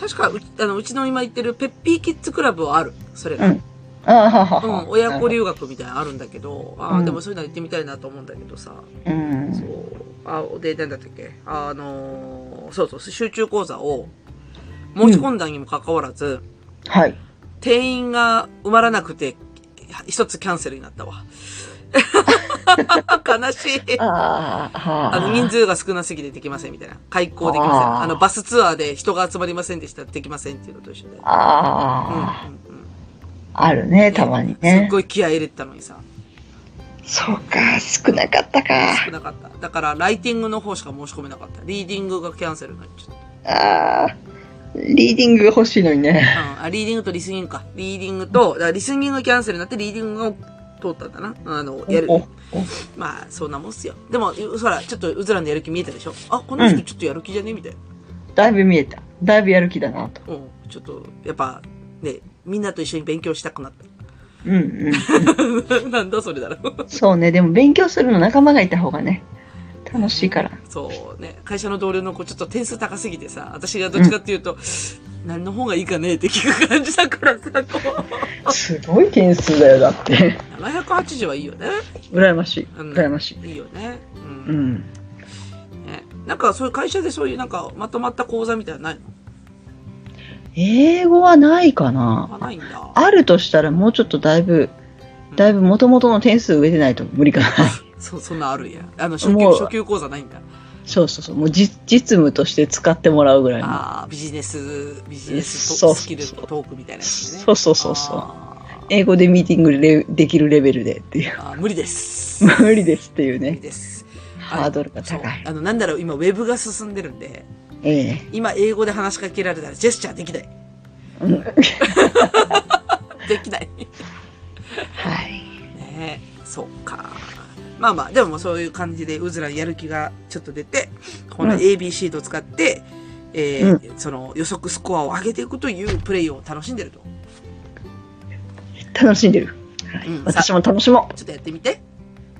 確かうちあの、うちの今行ってるペッピーキッズクラブはある。それが。
う
うんん。
ああははは
親子留学みたいなのあるんだけど、あ
う
あ、
ん
でもそういうの行ってみたいなと思うんだけどさ。
うん
そう。あ、で、なんだったっけあのーそうそう、集中講座を申し込んだにもかかわらず、
はい
定員が埋まらなくて、一つキャンセルになったわ。 悲しい。
ああは
あの、人数が少なすぎてできませんみたいな。開校できません。
あ
あ
ー
の、バスツアーで人が集まりませんでした。できませんっていうのと一緒で。うんうん
ああ、
うん
あるねたまに
すっ
ね
ごい気合い入れてたのにさ、
そうか少なかったか
少なかった。だから、ライティングの方しか申し込めなかった。リーディングがキャンセルになっちゃった。
ああリーディングが欲しいのにね
うん。あ、リーディングとリスニングか。リーディングと、だからリスニングがキャンセルになって、リーディングが通ったんだな。あの、やる
お。お
まあ、そんなもんっすよ。でも、うそら、ちょっとうずらのやる気見えたでしょあ、この人
うん
ちょっとやる気じゃねみたいな。
だいぶ見えただいぶやる気だなと
うん。ちょっと、やっぱ、ね、みんなと一緒に勉強したくなった。
うんう ん
なんだそれだろ。
そうね、でも勉強するの仲間がいた方がね、楽しいから。
そうね。会社の同僚の子ちょっと点数高すぎてさ、私がどっちかっていうと、何の方がいいかねって気が感じたからさ、こ う。
すごい点数だよ、だって。
780はいいよね。
羨ましい。
うん
羨ましい。
いいよね。う。
うんん。
ねなんかそういう会社でそういうなんかまとまった講座みたいなのない
英語はないか
のあ
な。
ないんだ。
あるとしたらもうちょっとだいぶ、だいぶ元々の点数上でないと無理かな。
そう、そんなんあるんや。あの、初級、
もう
初級講座ないんだ。
そうそうそう。もうじ実務として使ってもらうぐらいの。
ああ、ビジネス、ビジネス
そ
ト
う
スキル
そう
トークみたいなやつね。
そうそうそうそう。
あ
英語でミーティングでできるレベルでっ ていう。
ーあー無理です。
無理ですっていう
無理
ね。
です。
ハードルが
そう
高い。
あの、なんだろう、今、ウェブが進んでるんで、
ええ。
今、英語で話しかけられたら、ジェスチャーできない。
うん
できない。
はい。
ねえ、そうか。まあまあ、でもそういう感じで、うずらやる気がちょっと出て、この
うん
ABC と使って、えーその予測スコアを上げていくというプレイを楽しんでると。
楽しんでる。はい
うん
私も楽しもう。
ちょっとやってみて。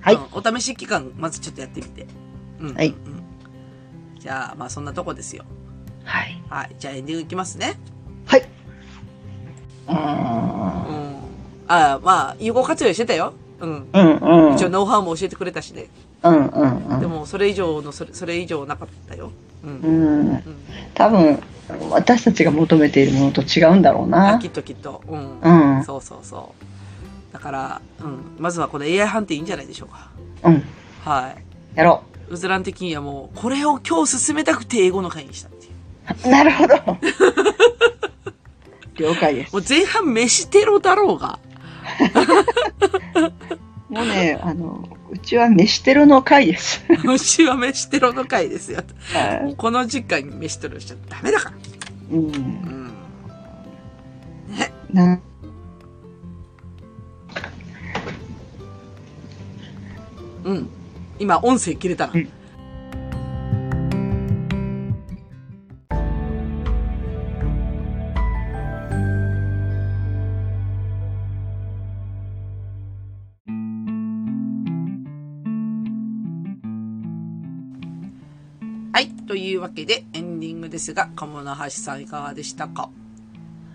はい
うんお試し期間、まずちょっとやってみて。うん
はい
うんじゃあ、まあそんなとこですよ。
はい。
はい。じゃあエンディングいきますね。
はい。
うん
う。
ああ、まあ、有効活用してたよ。うん。
んうん。
一応ノウハウも教えてくれたしね。
うんうん
でも、それ以上の、それ、それ以上なかったよ。うん。
うん。うん。
うん
多分、私たちが求めているものと違うんだろう
あ
な
き。っときっと。うん。
うん。
そうそうそう。だから、うん。まずはこの AI 判定いいんじゃないでしょうか。
うん。
はい。
やろ
うずらん的にはもう、これを今日進めたくて英語の会にしたっていう。
う。 なるほど。了解です。
もう前半飯テロだろう が。
もうね、あの、うちは飯テロの会です。
うちは飯テロの会ですよ。
は
この時間に飯テロしちゃダメだから。
いうん
う。ん。
な
うん。今、音声切れたな。
うん
はい。というわけで、エンディングですが、鴨の橋さんいかがでしたか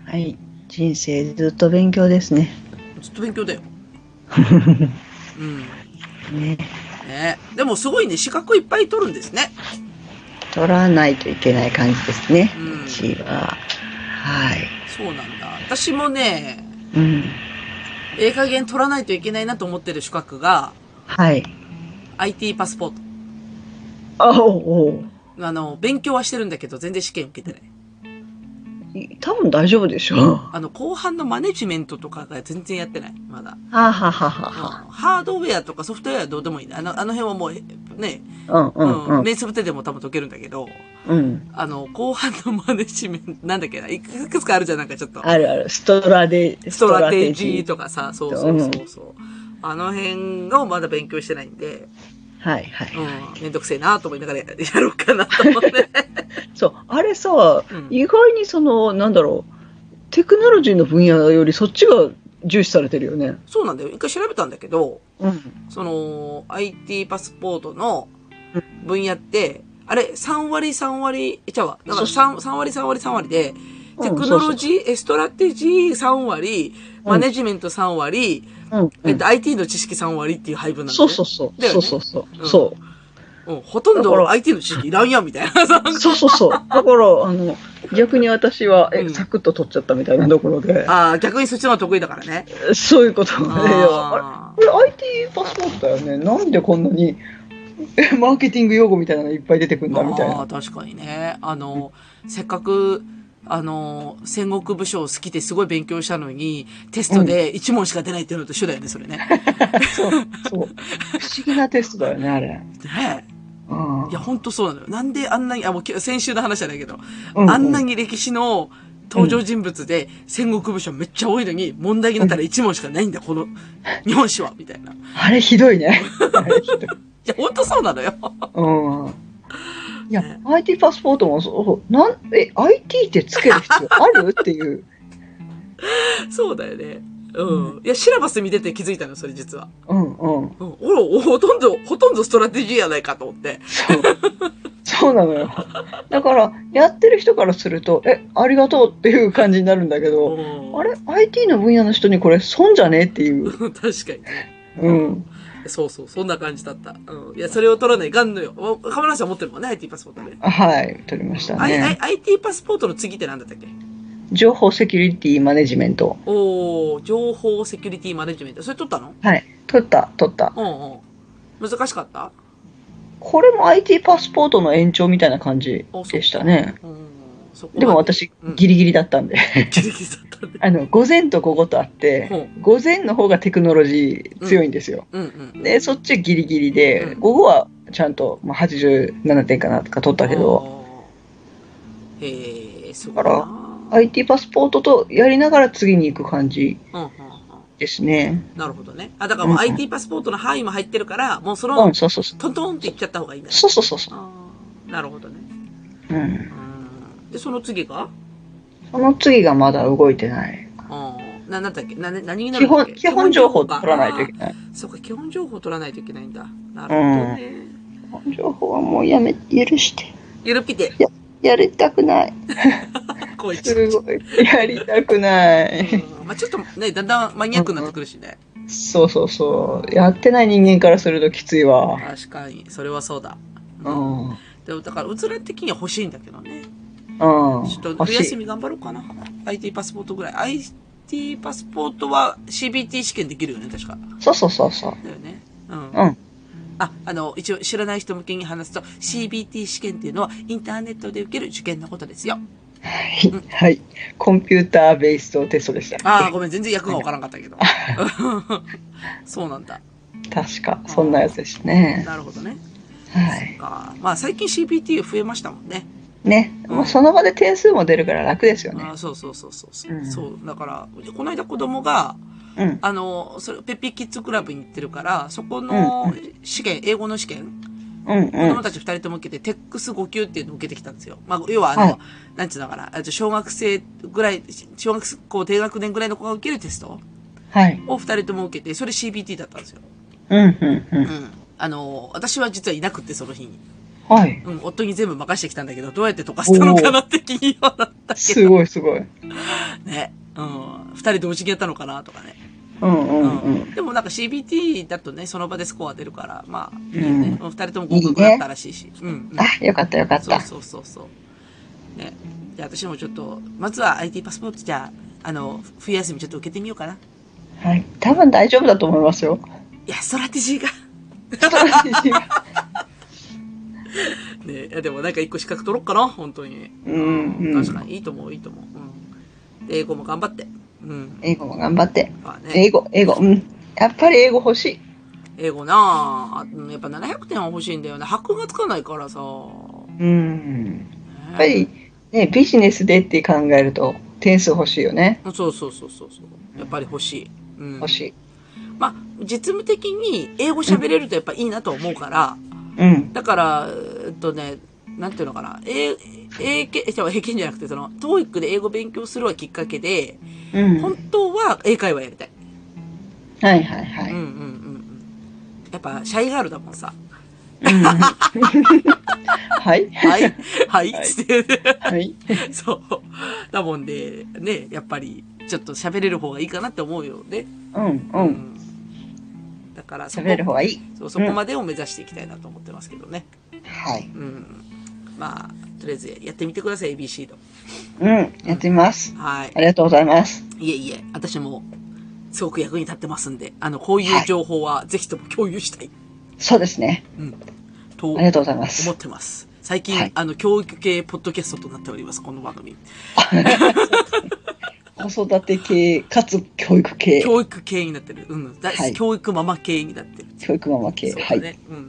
はい。人生ずっと勉強ですね。
ずっと勉強 だよ。うん。
ね。
ねでもすごいね、資格いっぱい取るんですね。
取らないといけない感じですね。
うん
うちは。はい。
そうなんだ。私もね、
うん。
ええ加減取らないといけないなと思ってる資格が、
はい。
IT パスポート。
あおうおう。
あの、勉強はしてるんだけど、全然試験受けてない。
多分大丈夫でしょう。
あの、後半のマネジメントとかが全然やってない。まだ。
はあ、はあはあは
ハードウェアとかソフトウェアはどうでもいいね。あの、あの辺はもう、えね、
あ。うんうん
う、
うんん。
目つぶってでも多分解けるんだけど、
うん。
あの、後半のマネジメント、なんだっけな、いくいくつかあるじゃん、なんかちょっと。
あるある。ストラデ、
ストラテジ
ス
ーとかさ、そうそうそうそう。あの辺をまだ勉強してないんで、
トラテジー。はいはい。
うん、めんどくせえなと思いながらやろうかなと思って。
そう、あれさ、
うん
意外にその、なんだろう、テクノロジーの分野よりそっちが重視されてるよね。
そうなんだよ。一回調べたんだけど、
うん。
その、IT パスポートの分野って、あれ、3割3割、え、ちゃうわ。だから
そう
3, 3割3割3割で、
うん
テクノロジー、えストラテジー3割、
うん
マネジメント3割、
うん、
えっと IT の知識3割っていう配分なんだ
そ
よ
う
ね。
そうそう。
だよ
そ
ね
うそうそうう。
ん
そう
うん。ほとん
だか
ど
ら
IT の知識いらんやん、み たいな。
そうそ うそう。だから、あの、逆に私は、
う
え、
ん
サクッと取っちゃったみたいなところで、
ああ、逆にそっちの方が得意だからね。
そう いうことがね、いやあれ
あ
これ IT パスポートだよね。なんでこんなに、えマーケティング用語みたいなのいっぱい出てくるんだみたい
ーあ
な。
ー、確かにね。あの、せっかく、あの、戦国武将好きですごい勉強したのに、テストで1問しか出ないっていうのと一緒だよね、それ ね。
そう、そう。不思議なテストだよね、あれ。
ね
うん
え。いや、ほんとそうなのよ。なんであんなに、あ、もうき先週の話じゃないけど、
うん
あんなに歴史の登場人物で戦国武将めっちゃ多いのに、問題になったら1問しかないんだ、この日本史は、みたいな。い
あれひどいね。 あれひどい。
や、ほんとそうなのよ。
うん。いや
ね、
IT パスポートもそう、なん、え、IT ってつける必要あるっていう。
そうだよね。うん。いや、シラバス見てて気づいたの、それ実は。
うんうん。
うん。おろ、おほとんど、ほとんどストラテジーやないかと思って。
そう。そうなのよ。だから、やってる人からすると、え、ありがとうっていう感じになるんだけど、
うん
あれ ?IT の分野の人にこれ損じゃねっていう。
確かにね。
うん。
そうそう、そんな感じだった。うん。いや、それを取らない、ガンのよ。おカメラさん持ってるもんね、IT パスポートね。
はい、取りました
あいあい
ね。
IT パスポートの次って何だったっけ
情報セキュリティマネジメント。
おー、情報セキュリティマネジメント。それ取ったの
はい。取った、取った。
うんうん。難しかった
これも IT パスポートの延長みたいな感じでしたね。
うん。そこ
でも私
うん、
ギリギリだった んで。
ギリギリだったね。
あの、午前と午後とあって
ほう、
午前の方がテクノロジー強いんですよ。
うんうん。
で、そっちギリギリで、
うん
午後はちゃんと、まあ、87点かなとか取ったけど、
あー。へえ、すごい
だ
な。
から
うん
IT パスポートとやりながら次に行く感じ
うんうん。
ですね。
なるほどね。あ、だからもう
うんうん
IT パスポートの範囲も入ってるから、もうその
うん、、そうそうそう。
トントンっていっちゃった方がいいんだね。
そうそうそうそ
あーなるほどね。
う。うん。
うん。で、その次が
その次がまだ動いてない。
うん。な、なんだっけな、な何にな
基
るんだっ
本、
け
基本情報取らないとい
け
け
ない。あ
ない。
ーそうか、基本情報取らないといけないんだ。なるほどね。
基本情報はもうやめ、許して。
ゆるぴて、
やりたくない。
こうい
す
つ。
ごい。やりたくない。
うんまあちょっとね、だんだんマニアックになってくるしね。
そうそうそう。やってない人間からするときついわ。
確かに、それはそうだ。
う
うん
ん。うん。
でもだから、うつら的には欲しいんだけどね。ちょっと
欲
冬
し
休
い。
み頑張ろうかな。IT パスポートぐらい。IT パスポートは CBT 試験できるよね、確か。
そうそうそうそう。
だよね。うん。
うん。
あ、あの、一応知らない人向けに話すと、CBT 試験っていうのはインターネットで受ける受験のことですよ。
はい。コンピューターベースドテストでした。
ああ、ごめん、全然役がわからんかったけど。 そうなんだ。
確か。そんなやつですね。
なるほどね。
はい。
あーまあ、最近 CBT 増えましたもんね。
ね。もうその場で点数も出るから楽ですよ
あ
ね。
ーそうそうそうそうそう、
うん
そう。だから、この間子供が、
うん。
あの、それ、ペピキッズクラブに行ってるから、そこの試験、英語の試験
うん
子
う
供
ん。
たち二人とも受けて、テックス5級っていうのを受けてきたんですよ。まあ、要は、あの、
はい
なんつうのかな、あと小学生ぐらい、小学校低学年ぐらいの子が受けるテスト
はい。
を二人とも受けて、それ CBT だったんですよ。
うんうんう。
うんん。あの、私は実はいなくって、その日に。
はい。
うん、夫に全部任してきたんだけど、どうやって溶かしたのかなって気にはなったけ
す
ど。
ごいすごい。
ね。うん。二人同時にやったのかなとかね。
うんう
うん
うん。
でもなんか CBT だとね、その場でスコア出るから、まあ、いいよ
う
ね
ん。
うん、二人とも合格だったらしいし。うん、うん。
あ、よかったよかっ
そう
た。
そうそうそう。ね。じゃあ私もちょっと、まずは IT パスポートじゃあ、あの、冬休みちょっと受けてみようかな。
はい。多分大丈夫だと思いま すよ。
いや、ストラテジーが。 ねいやでもなんか一個資格取ろうかな、本当に。
うんうん
確かに、いいと思う、いいと思う。うん。で英語も頑張って。うん。
英語も頑張って。
まあね、
英語、英語。うん。やっぱり英語欲しい。
英語なあうんやっぱ700点は欲しいんだよね。白がつかないからさ。ね
うん。やっぱり、ね、ビジネスでって考えると、点数欲しいよね。
そうそうそうそうそう。やっぱり欲しい。うん。
欲しい。
まあ、実務的に英語喋れるとやっぱいいなと思うから、
うん。
だから、えっとね、なんていうのかな、英、英検、じゃあ英検じゃなくて、その、トーイックで英語勉強するはきっかけで、
うん。は
本当は英会話やりたい。
いはいは
う
い。
んうんうんうん。やっぱ、シャイガールだもんさ。
う んはい。
はい、はい、
はい
って、
はい。
そう。だもんで、ね、やっぱり、ちょっと喋れる方がいいかなって思うよね。
うん
う
う。
んん。だから、そこ
喋る方がいい。
そうそこまでを目指していきたいなと思ってますけどね。
はい。
うん。まあ、とりあえずやってみてください、ABC と。
うん。やってみます。
はい
あ。りがとうございます。
いえいえ、私も、すごく役に立ってますんで、あの、こういう情報は、ぜひとも共有したい、
そうですね。
と
あ
思
りがとうございます。
ってます。最近、
はい
あの、教育系ポッドキャストとなっております、この番組。
子育て系、かつ教育系、
教育系になってる。うん。だ
はい
教育ママ系になってる。
教育ママ系。
そう
は
だ
い。
ね。うん。っ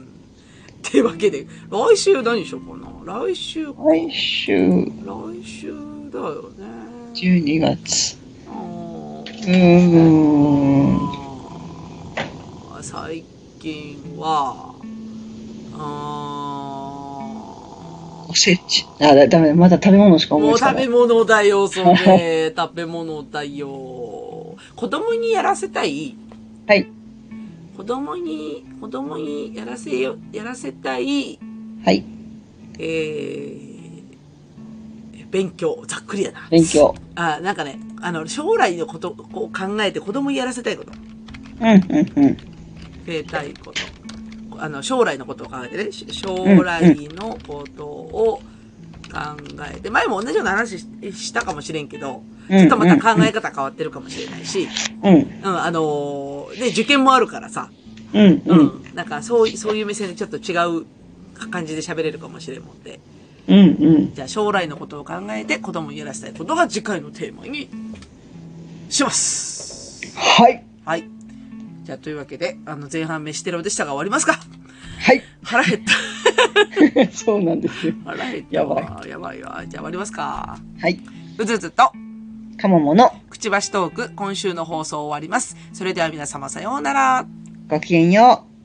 ていうわけで、来週何しようかな。来週、
来週、
来週だよね。
12月。
あー
うーん。
あー最近は、あ
おせち。あ、だダメだ。まだ食べ物しか
ー
思い
もう
つか
食
な
べ
い。
物だよ、それ。食べ物だよ。子供にやらせたい。
はい。
子供に、子供にやらせよ、やらせたい、
はい。
えー、勉強。ざっくりやな。
勉。強。
あー、なんかね、あの、将来のことを考えて子供にやらせたいこと。
うんうんうん。
えたいこと。あの、将来のことを考えてね。し将来のことを考えて。前も同じような話ししたかもしれんけど、ちょっとまた考え方変わってるかもしれないし、
うん
うん、あのー、ね、受験もあるからさ、
うん
う
う。
んん、なんかそうい、そういう目線でちょっと違う感じで喋れるかもしれんもんで、
うんうん。
じゃあ将来のことを考えて子供にやらせたいことが次回のテーマにします。
はい。
はい。じゃあというわけで、あの、前半飯テロでしたが終わりますか
は
腹減 った。
い。 そうなんですよ。
腹減った。
やば
い。やばいわ。じゃあ終わりますか。
はい。
うずうずと、
かももの、
くちばしトーク、今週の放送終わります。それでは皆様さようなら。
ごきげんよう。